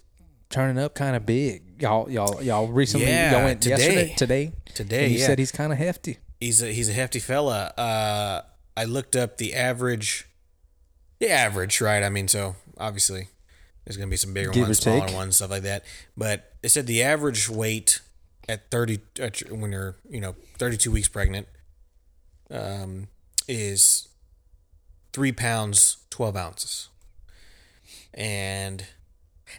Speaker 3: turning up kind of big. Y'all, y'all, y'all. Recently,
Speaker 1: Yeah,
Speaker 3: y'all went yesterday,
Speaker 1: today.
Speaker 3: today,
Speaker 1: Today,
Speaker 3: and you
Speaker 1: yeah.
Speaker 3: said he's kind of hefty.
Speaker 1: He's a he's a hefty fella. Uh, I looked up the average, the average, right? I mean, so obviously there's gonna be some bigger
Speaker 3: Give or
Speaker 1: ones, smaller
Speaker 3: take.
Speaker 1: ones, stuff like that. But it said the average weight at thirty at your, when you're you know thirty two weeks pregnant, um, is three pounds twelve ounces. And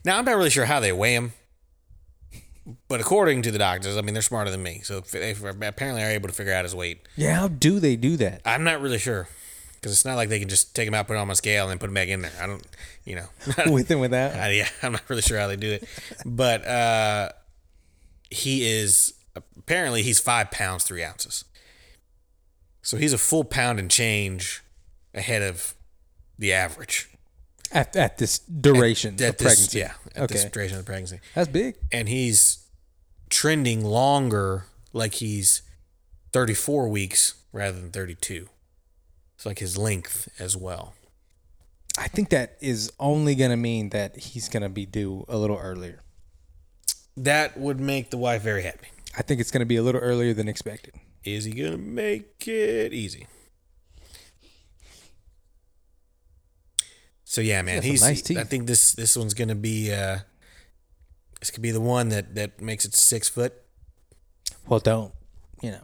Speaker 1: now I'm not really sure how they weigh him. But according to the doctors, I mean, they're smarter than me, so they apparently are able to figure out his weight.
Speaker 3: Yeah, how do they do that? <laughs>
Speaker 1: I'm not really sure because it's not like they can just take him out, put him on a scale, and then put him back in there. I don't, you know, <laughs>
Speaker 3: With and without.
Speaker 1: I, yeah, <laughs> I'm not really sure how they do it. But uh, he is apparently he's five pounds three ounces, so he's a full pound and change ahead of the average
Speaker 3: at, at this duration
Speaker 1: At
Speaker 3: of
Speaker 1: this-
Speaker 3: pregnancy.
Speaker 1: Yeah, at this
Speaker 3: Okay.
Speaker 1: duration of pregnancy.
Speaker 3: That's big.
Speaker 1: and he's trending longer like he's 34 weeks rather than 32 it's like his length as well
Speaker 3: I think that is only going to mean that he's going to be due a little earlier.
Speaker 1: that would make the wife very happy
Speaker 3: I think it's going to be a little earlier than expected.
Speaker 1: is he gonna make it easy so yeah man
Speaker 3: He's got some
Speaker 1: he's
Speaker 3: nice teeth.
Speaker 1: i think this this one's gonna be uh this could be the one that that makes it six foot
Speaker 3: Well, don't. You know,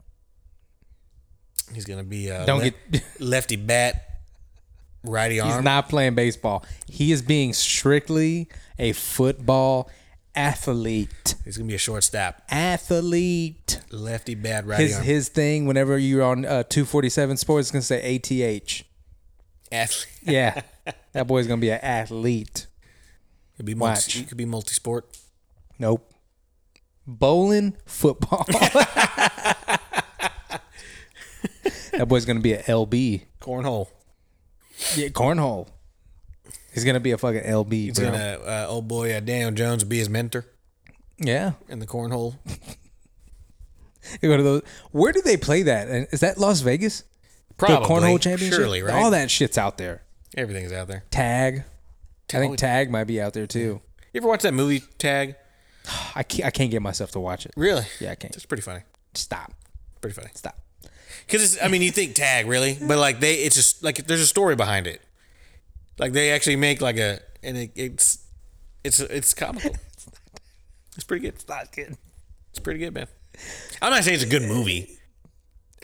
Speaker 1: he's gonna be uh
Speaker 3: Don't
Speaker 1: lef-
Speaker 3: get-
Speaker 1: lefty bat righty
Speaker 3: he's
Speaker 1: arm
Speaker 3: not playing baseball. He is being strictly a football athlete.
Speaker 1: he's gonna be a shortstop
Speaker 3: Athlete.
Speaker 1: Lefty bad, righty
Speaker 3: His
Speaker 1: arm.
Speaker 3: his thing. Whenever you're on uh, 247 Sports, it's going to say ATH.
Speaker 1: athlete. <laughs>
Speaker 3: Yeah, that boy's going to be an athlete.
Speaker 1: Could be
Speaker 3: Watch.
Speaker 1: multi, could be multi-sport.
Speaker 3: Nope. Bowling,
Speaker 1: <laughs>
Speaker 3: football. that boy's gonna be an LB.
Speaker 1: Cornhole.
Speaker 3: Yeah, cornhole. He's gonna be a fucking LB,
Speaker 1: He's
Speaker 3: bro.
Speaker 1: gonna uh, old boy uh, Daniel Jones will be his mentor
Speaker 3: Yeah.
Speaker 1: in the cornhole.
Speaker 3: You go to those. Where do they play that? And Is that Las Vegas? The
Speaker 1: Probably
Speaker 3: cornhole championship.
Speaker 1: Surely, right?
Speaker 3: All that shit's out there.
Speaker 1: Everything's out there.
Speaker 3: Tag. I
Speaker 1: Oh.
Speaker 3: think tag might be out there too.
Speaker 1: You ever watch that movie Tag?
Speaker 3: I can't, I can't get myself to watch it.
Speaker 1: Really?
Speaker 3: Yeah, I can't.
Speaker 1: It's pretty funny.
Speaker 3: Stop.
Speaker 1: Pretty funny.
Speaker 3: Stop.
Speaker 1: Because it's, I mean, you think Tag really, but like they, it's just like there's a story behind it. Like they actually make like a, and it, it's, it's, it's
Speaker 3: <laughs>
Speaker 1: comical. It's pretty good. It's not good. It's pretty good, man. I'm not saying it's a good movie.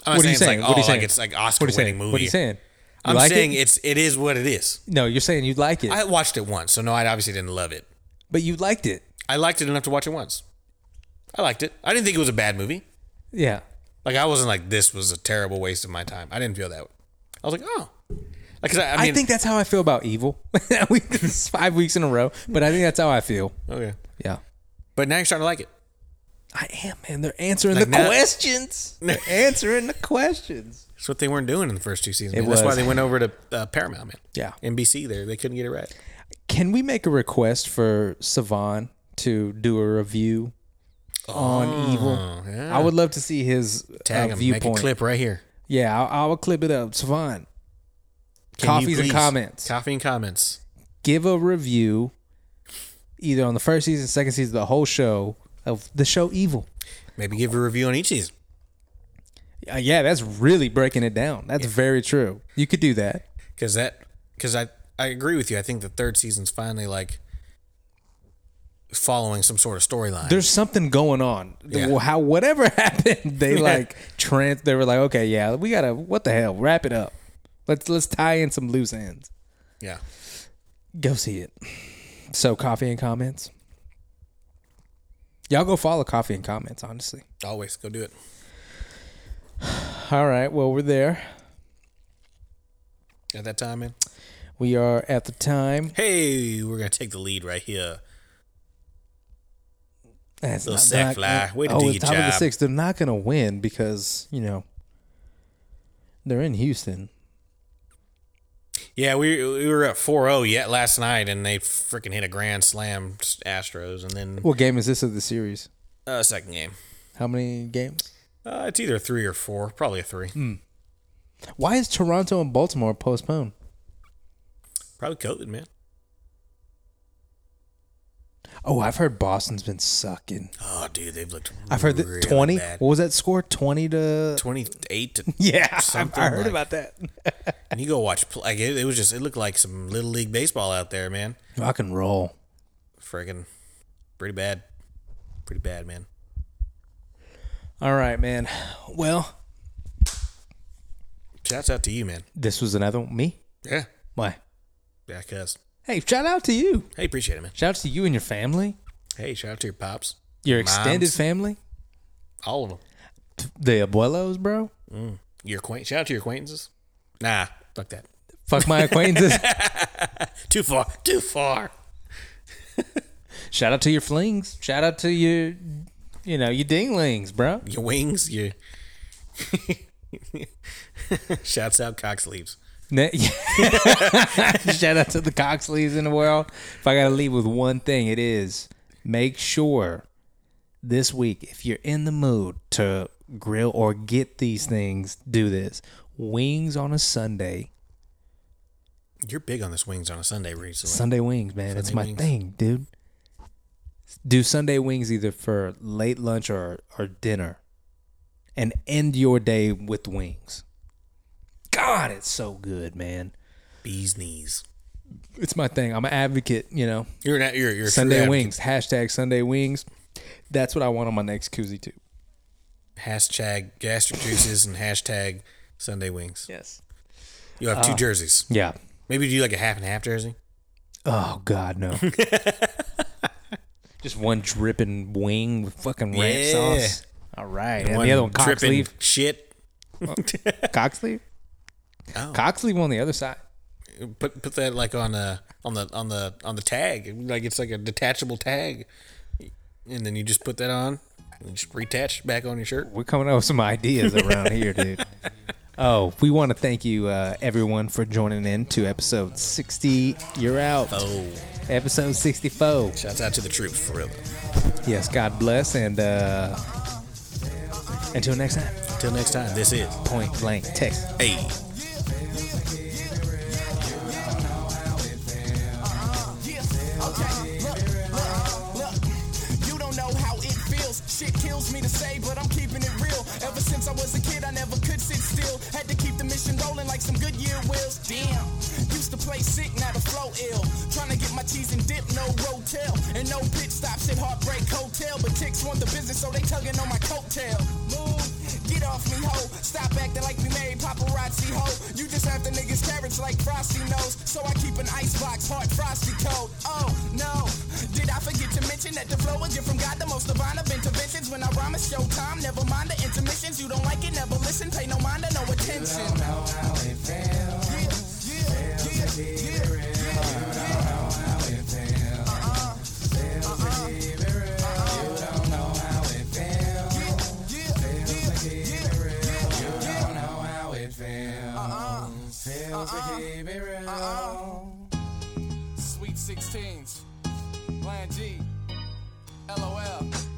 Speaker 1: I'm not
Speaker 3: What are you
Speaker 1: saying,
Speaker 3: saying?
Speaker 1: it's
Speaker 3: What are
Speaker 1: like
Speaker 3: you
Speaker 1: oh,
Speaker 3: saying?
Speaker 1: like it's like
Speaker 3: What are you
Speaker 1: Oscar-winning
Speaker 3: saying?
Speaker 1: movie.
Speaker 3: What are you saying? You
Speaker 1: I'm
Speaker 3: like
Speaker 1: saying
Speaker 3: it?
Speaker 1: it's it is what it is.
Speaker 3: No, you're saying you like it,
Speaker 1: I watched it once, so no, I obviously didn't love it.
Speaker 3: but you liked it.
Speaker 1: I liked it enough to watch it once. I liked it. I didn't think it was a bad movie.
Speaker 3: Yeah.
Speaker 1: Like I wasn't like this was a terrible waste of my time. I didn't feel that. way. I was like, oh, like 'cause I, I
Speaker 3: I,
Speaker 1: mean,
Speaker 3: think that's how I feel about evil. <laughs> we this is five weeks in a row, but I think that's how I feel.
Speaker 1: okay.
Speaker 3: Yeah.
Speaker 1: oh, But now you're starting to like it.
Speaker 3: I am, man. They're answering
Speaker 1: Like
Speaker 3: the
Speaker 1: now- <laughs>
Speaker 3: questions. They're answering the questions.
Speaker 1: That's what they weren't doing in the first two seasons.
Speaker 3: It
Speaker 1: man. That's why
Speaker 3: was.
Speaker 1: they went over to uh, Paramount, man.
Speaker 3: Yeah.
Speaker 1: NBC. There, they couldn't get it right.
Speaker 3: Can we make a request for Savan to do a review on evil?
Speaker 1: Oh, yeah.
Speaker 3: I would love to see his
Speaker 1: Tag
Speaker 3: uh,
Speaker 1: them. Make a
Speaker 3: viewpoint.
Speaker 1: clip right here.
Speaker 3: Yeah, I, I will clip it up. Savan,
Speaker 1: Can you
Speaker 3: Coffees and
Speaker 1: please-
Speaker 3: comments.
Speaker 1: Coffee and comments.
Speaker 3: give a review either on the first season, second season, the whole show of the show Evil.
Speaker 1: Maybe give a review on each season.
Speaker 3: Uh, yeah, that's really breaking it down. That's very true. You could do that.
Speaker 1: because that because I I agree with you. I think the third season's finally like following some sort of storyline.
Speaker 3: There's something going on.
Speaker 1: Yeah.
Speaker 3: Well, How whatever <laughs> happened, they like trans. They were like, okay, yeah, we gotta. What the hell? Wrap it up. Let's let's tie in some loose ends.
Speaker 1: Yeah.
Speaker 3: Go see it. So coffee and comments. Y'all go follow coffee and comments. Honestly.
Speaker 1: Always go do it.
Speaker 3: All right. Well, we're there.
Speaker 1: At that time, man.
Speaker 3: We are at the time.
Speaker 1: Hey, we're gonna take the lead right here.
Speaker 3: That's
Speaker 1: Little sack fly. Way to
Speaker 3: oh,
Speaker 1: do
Speaker 3: it's
Speaker 1: your
Speaker 3: top of the
Speaker 1: job.
Speaker 3: six. They're not gonna win because you know they're in Houston.
Speaker 1: Yeah, we we were at 4-0 yet last night, and they freaking hit a grand slam, Astros, and then
Speaker 3: What game is this of the series?
Speaker 1: uh, second game.
Speaker 3: How many games?
Speaker 1: Uh, it's either three or four, probably a three.
Speaker 3: Hmm. Why is Toronto and Baltimore postponed?
Speaker 1: Probably COVID, man.
Speaker 3: Oh, I've heard Boston's been sucking.
Speaker 1: Oh, dude, they've looked.
Speaker 3: I've heard
Speaker 1: really
Speaker 3: that twenty.
Speaker 1: bad.
Speaker 3: What was that score? Twenty to
Speaker 1: 28 to
Speaker 3: <laughs> yeah. I've
Speaker 1: something
Speaker 3: I heard
Speaker 1: like-
Speaker 3: about that.
Speaker 1: and you go watch pl- like it, it was just it looked like some little league baseball out there man
Speaker 3: I can roll.
Speaker 1: friggin pretty bad pretty bad man
Speaker 3: All right, man. Well,
Speaker 1: shouts out to you man
Speaker 3: this was another one. Me?
Speaker 1: yeah
Speaker 3: Why?
Speaker 1: yeah cuz
Speaker 3: Hey, shout out to you.
Speaker 1: hey appreciate it man
Speaker 3: Shout out to you and your family,
Speaker 1: hey shout out to your pops
Speaker 3: your extended
Speaker 1: Moms.
Speaker 3: family,
Speaker 1: all of them
Speaker 3: the abuelos, bro.
Speaker 1: your acquaint shout out to your acquaintances nah fuck that
Speaker 3: Fuck <laughs> my acquaintances.
Speaker 1: too far too far
Speaker 3: shout out to your flings. Shout out to your, you know, your dinglings, bro.
Speaker 1: your wings your <laughs> shouts out cock sleeves
Speaker 3: Ne- <laughs> Shout out to the Coxleys in the world. If I got to leave with one thing, it is make sure this week, if you're in the mood to grill or get these things, do this. Wings on a Sunday.
Speaker 1: you're big on this wings on a sunday recently
Speaker 3: Sunday wings, man. it's
Speaker 1: Sunday
Speaker 3: my
Speaker 1: wings.
Speaker 3: thing, dude. Do Sunday wings either for late lunch or, or dinner and end your day with wings. God, it's so good, man.
Speaker 1: bees knees
Speaker 3: It's my thing. I'm an advocate, you know.
Speaker 1: you're not you're, you're a true
Speaker 3: Sunday
Speaker 1: advocate.
Speaker 3: wings. Hashtag Sunday wings. That's what I want on my next koozie too.
Speaker 1: hashtag gastric juices and hashtag Sunday wings.
Speaker 3: Yes.
Speaker 1: You have
Speaker 3: Uh,
Speaker 1: two jerseys.
Speaker 3: Yeah.
Speaker 1: Maybe do like a half and half jersey.
Speaker 3: Oh God,
Speaker 1: <laughs>
Speaker 3: no. Just one dripping wing with fucking ranch
Speaker 1: Yeah.
Speaker 3: sauce. All right, and, the other one cock
Speaker 1: dripping
Speaker 3: sleeve.
Speaker 1: shit.
Speaker 3: Cock sleeve.
Speaker 1: Oh.
Speaker 3: Cock sleeve on the other side.
Speaker 1: Put put that like on a on the on the on the tag. Like it's like a detachable tag, and then you just put that on and just reattach back on your shirt.
Speaker 3: We're coming up with some ideas around here, dude. Oh, we want to thank you, uh, everyone, for joining in to episode 60. You're out.
Speaker 1: Oh,
Speaker 3: Episode 64.
Speaker 1: shouts out to the troops for real.
Speaker 3: Yes, God bless, and uh, until next time,
Speaker 1: Until next time, this is
Speaker 3: point blank text.
Speaker 1: hey.
Speaker 5: Okay, look, look, look. You don't know how it feels. Shit kills me to say, but I'm keeping it real. Ever since I was a kid, I never could sit still. Had to keep the mission rolling like some Goodyear wheels. Damn. Used to play sick, now the flow ill. Tryna get my cheese and dip, no rotel. And no pit stops at Heartbreak Hotel. But chicks want the business, so they tugging on my coattail. Move, get off me, ho. Stop acting like we married paparazzi, ho. You just have the niggas' carrots like Frosty knows. So I keep an icebox, hard frosty cold. Oh no, did I forget to mention that the flow is gift from God, the most divine of interventions? When I rhyme, it's showtime. Never mind the intermissions. You don't like it, never listen. Pay no mind to no attention. Yeah, yeah, yeah, yeah, yeah, yeah. Sweet 16s. Plan G. LOL.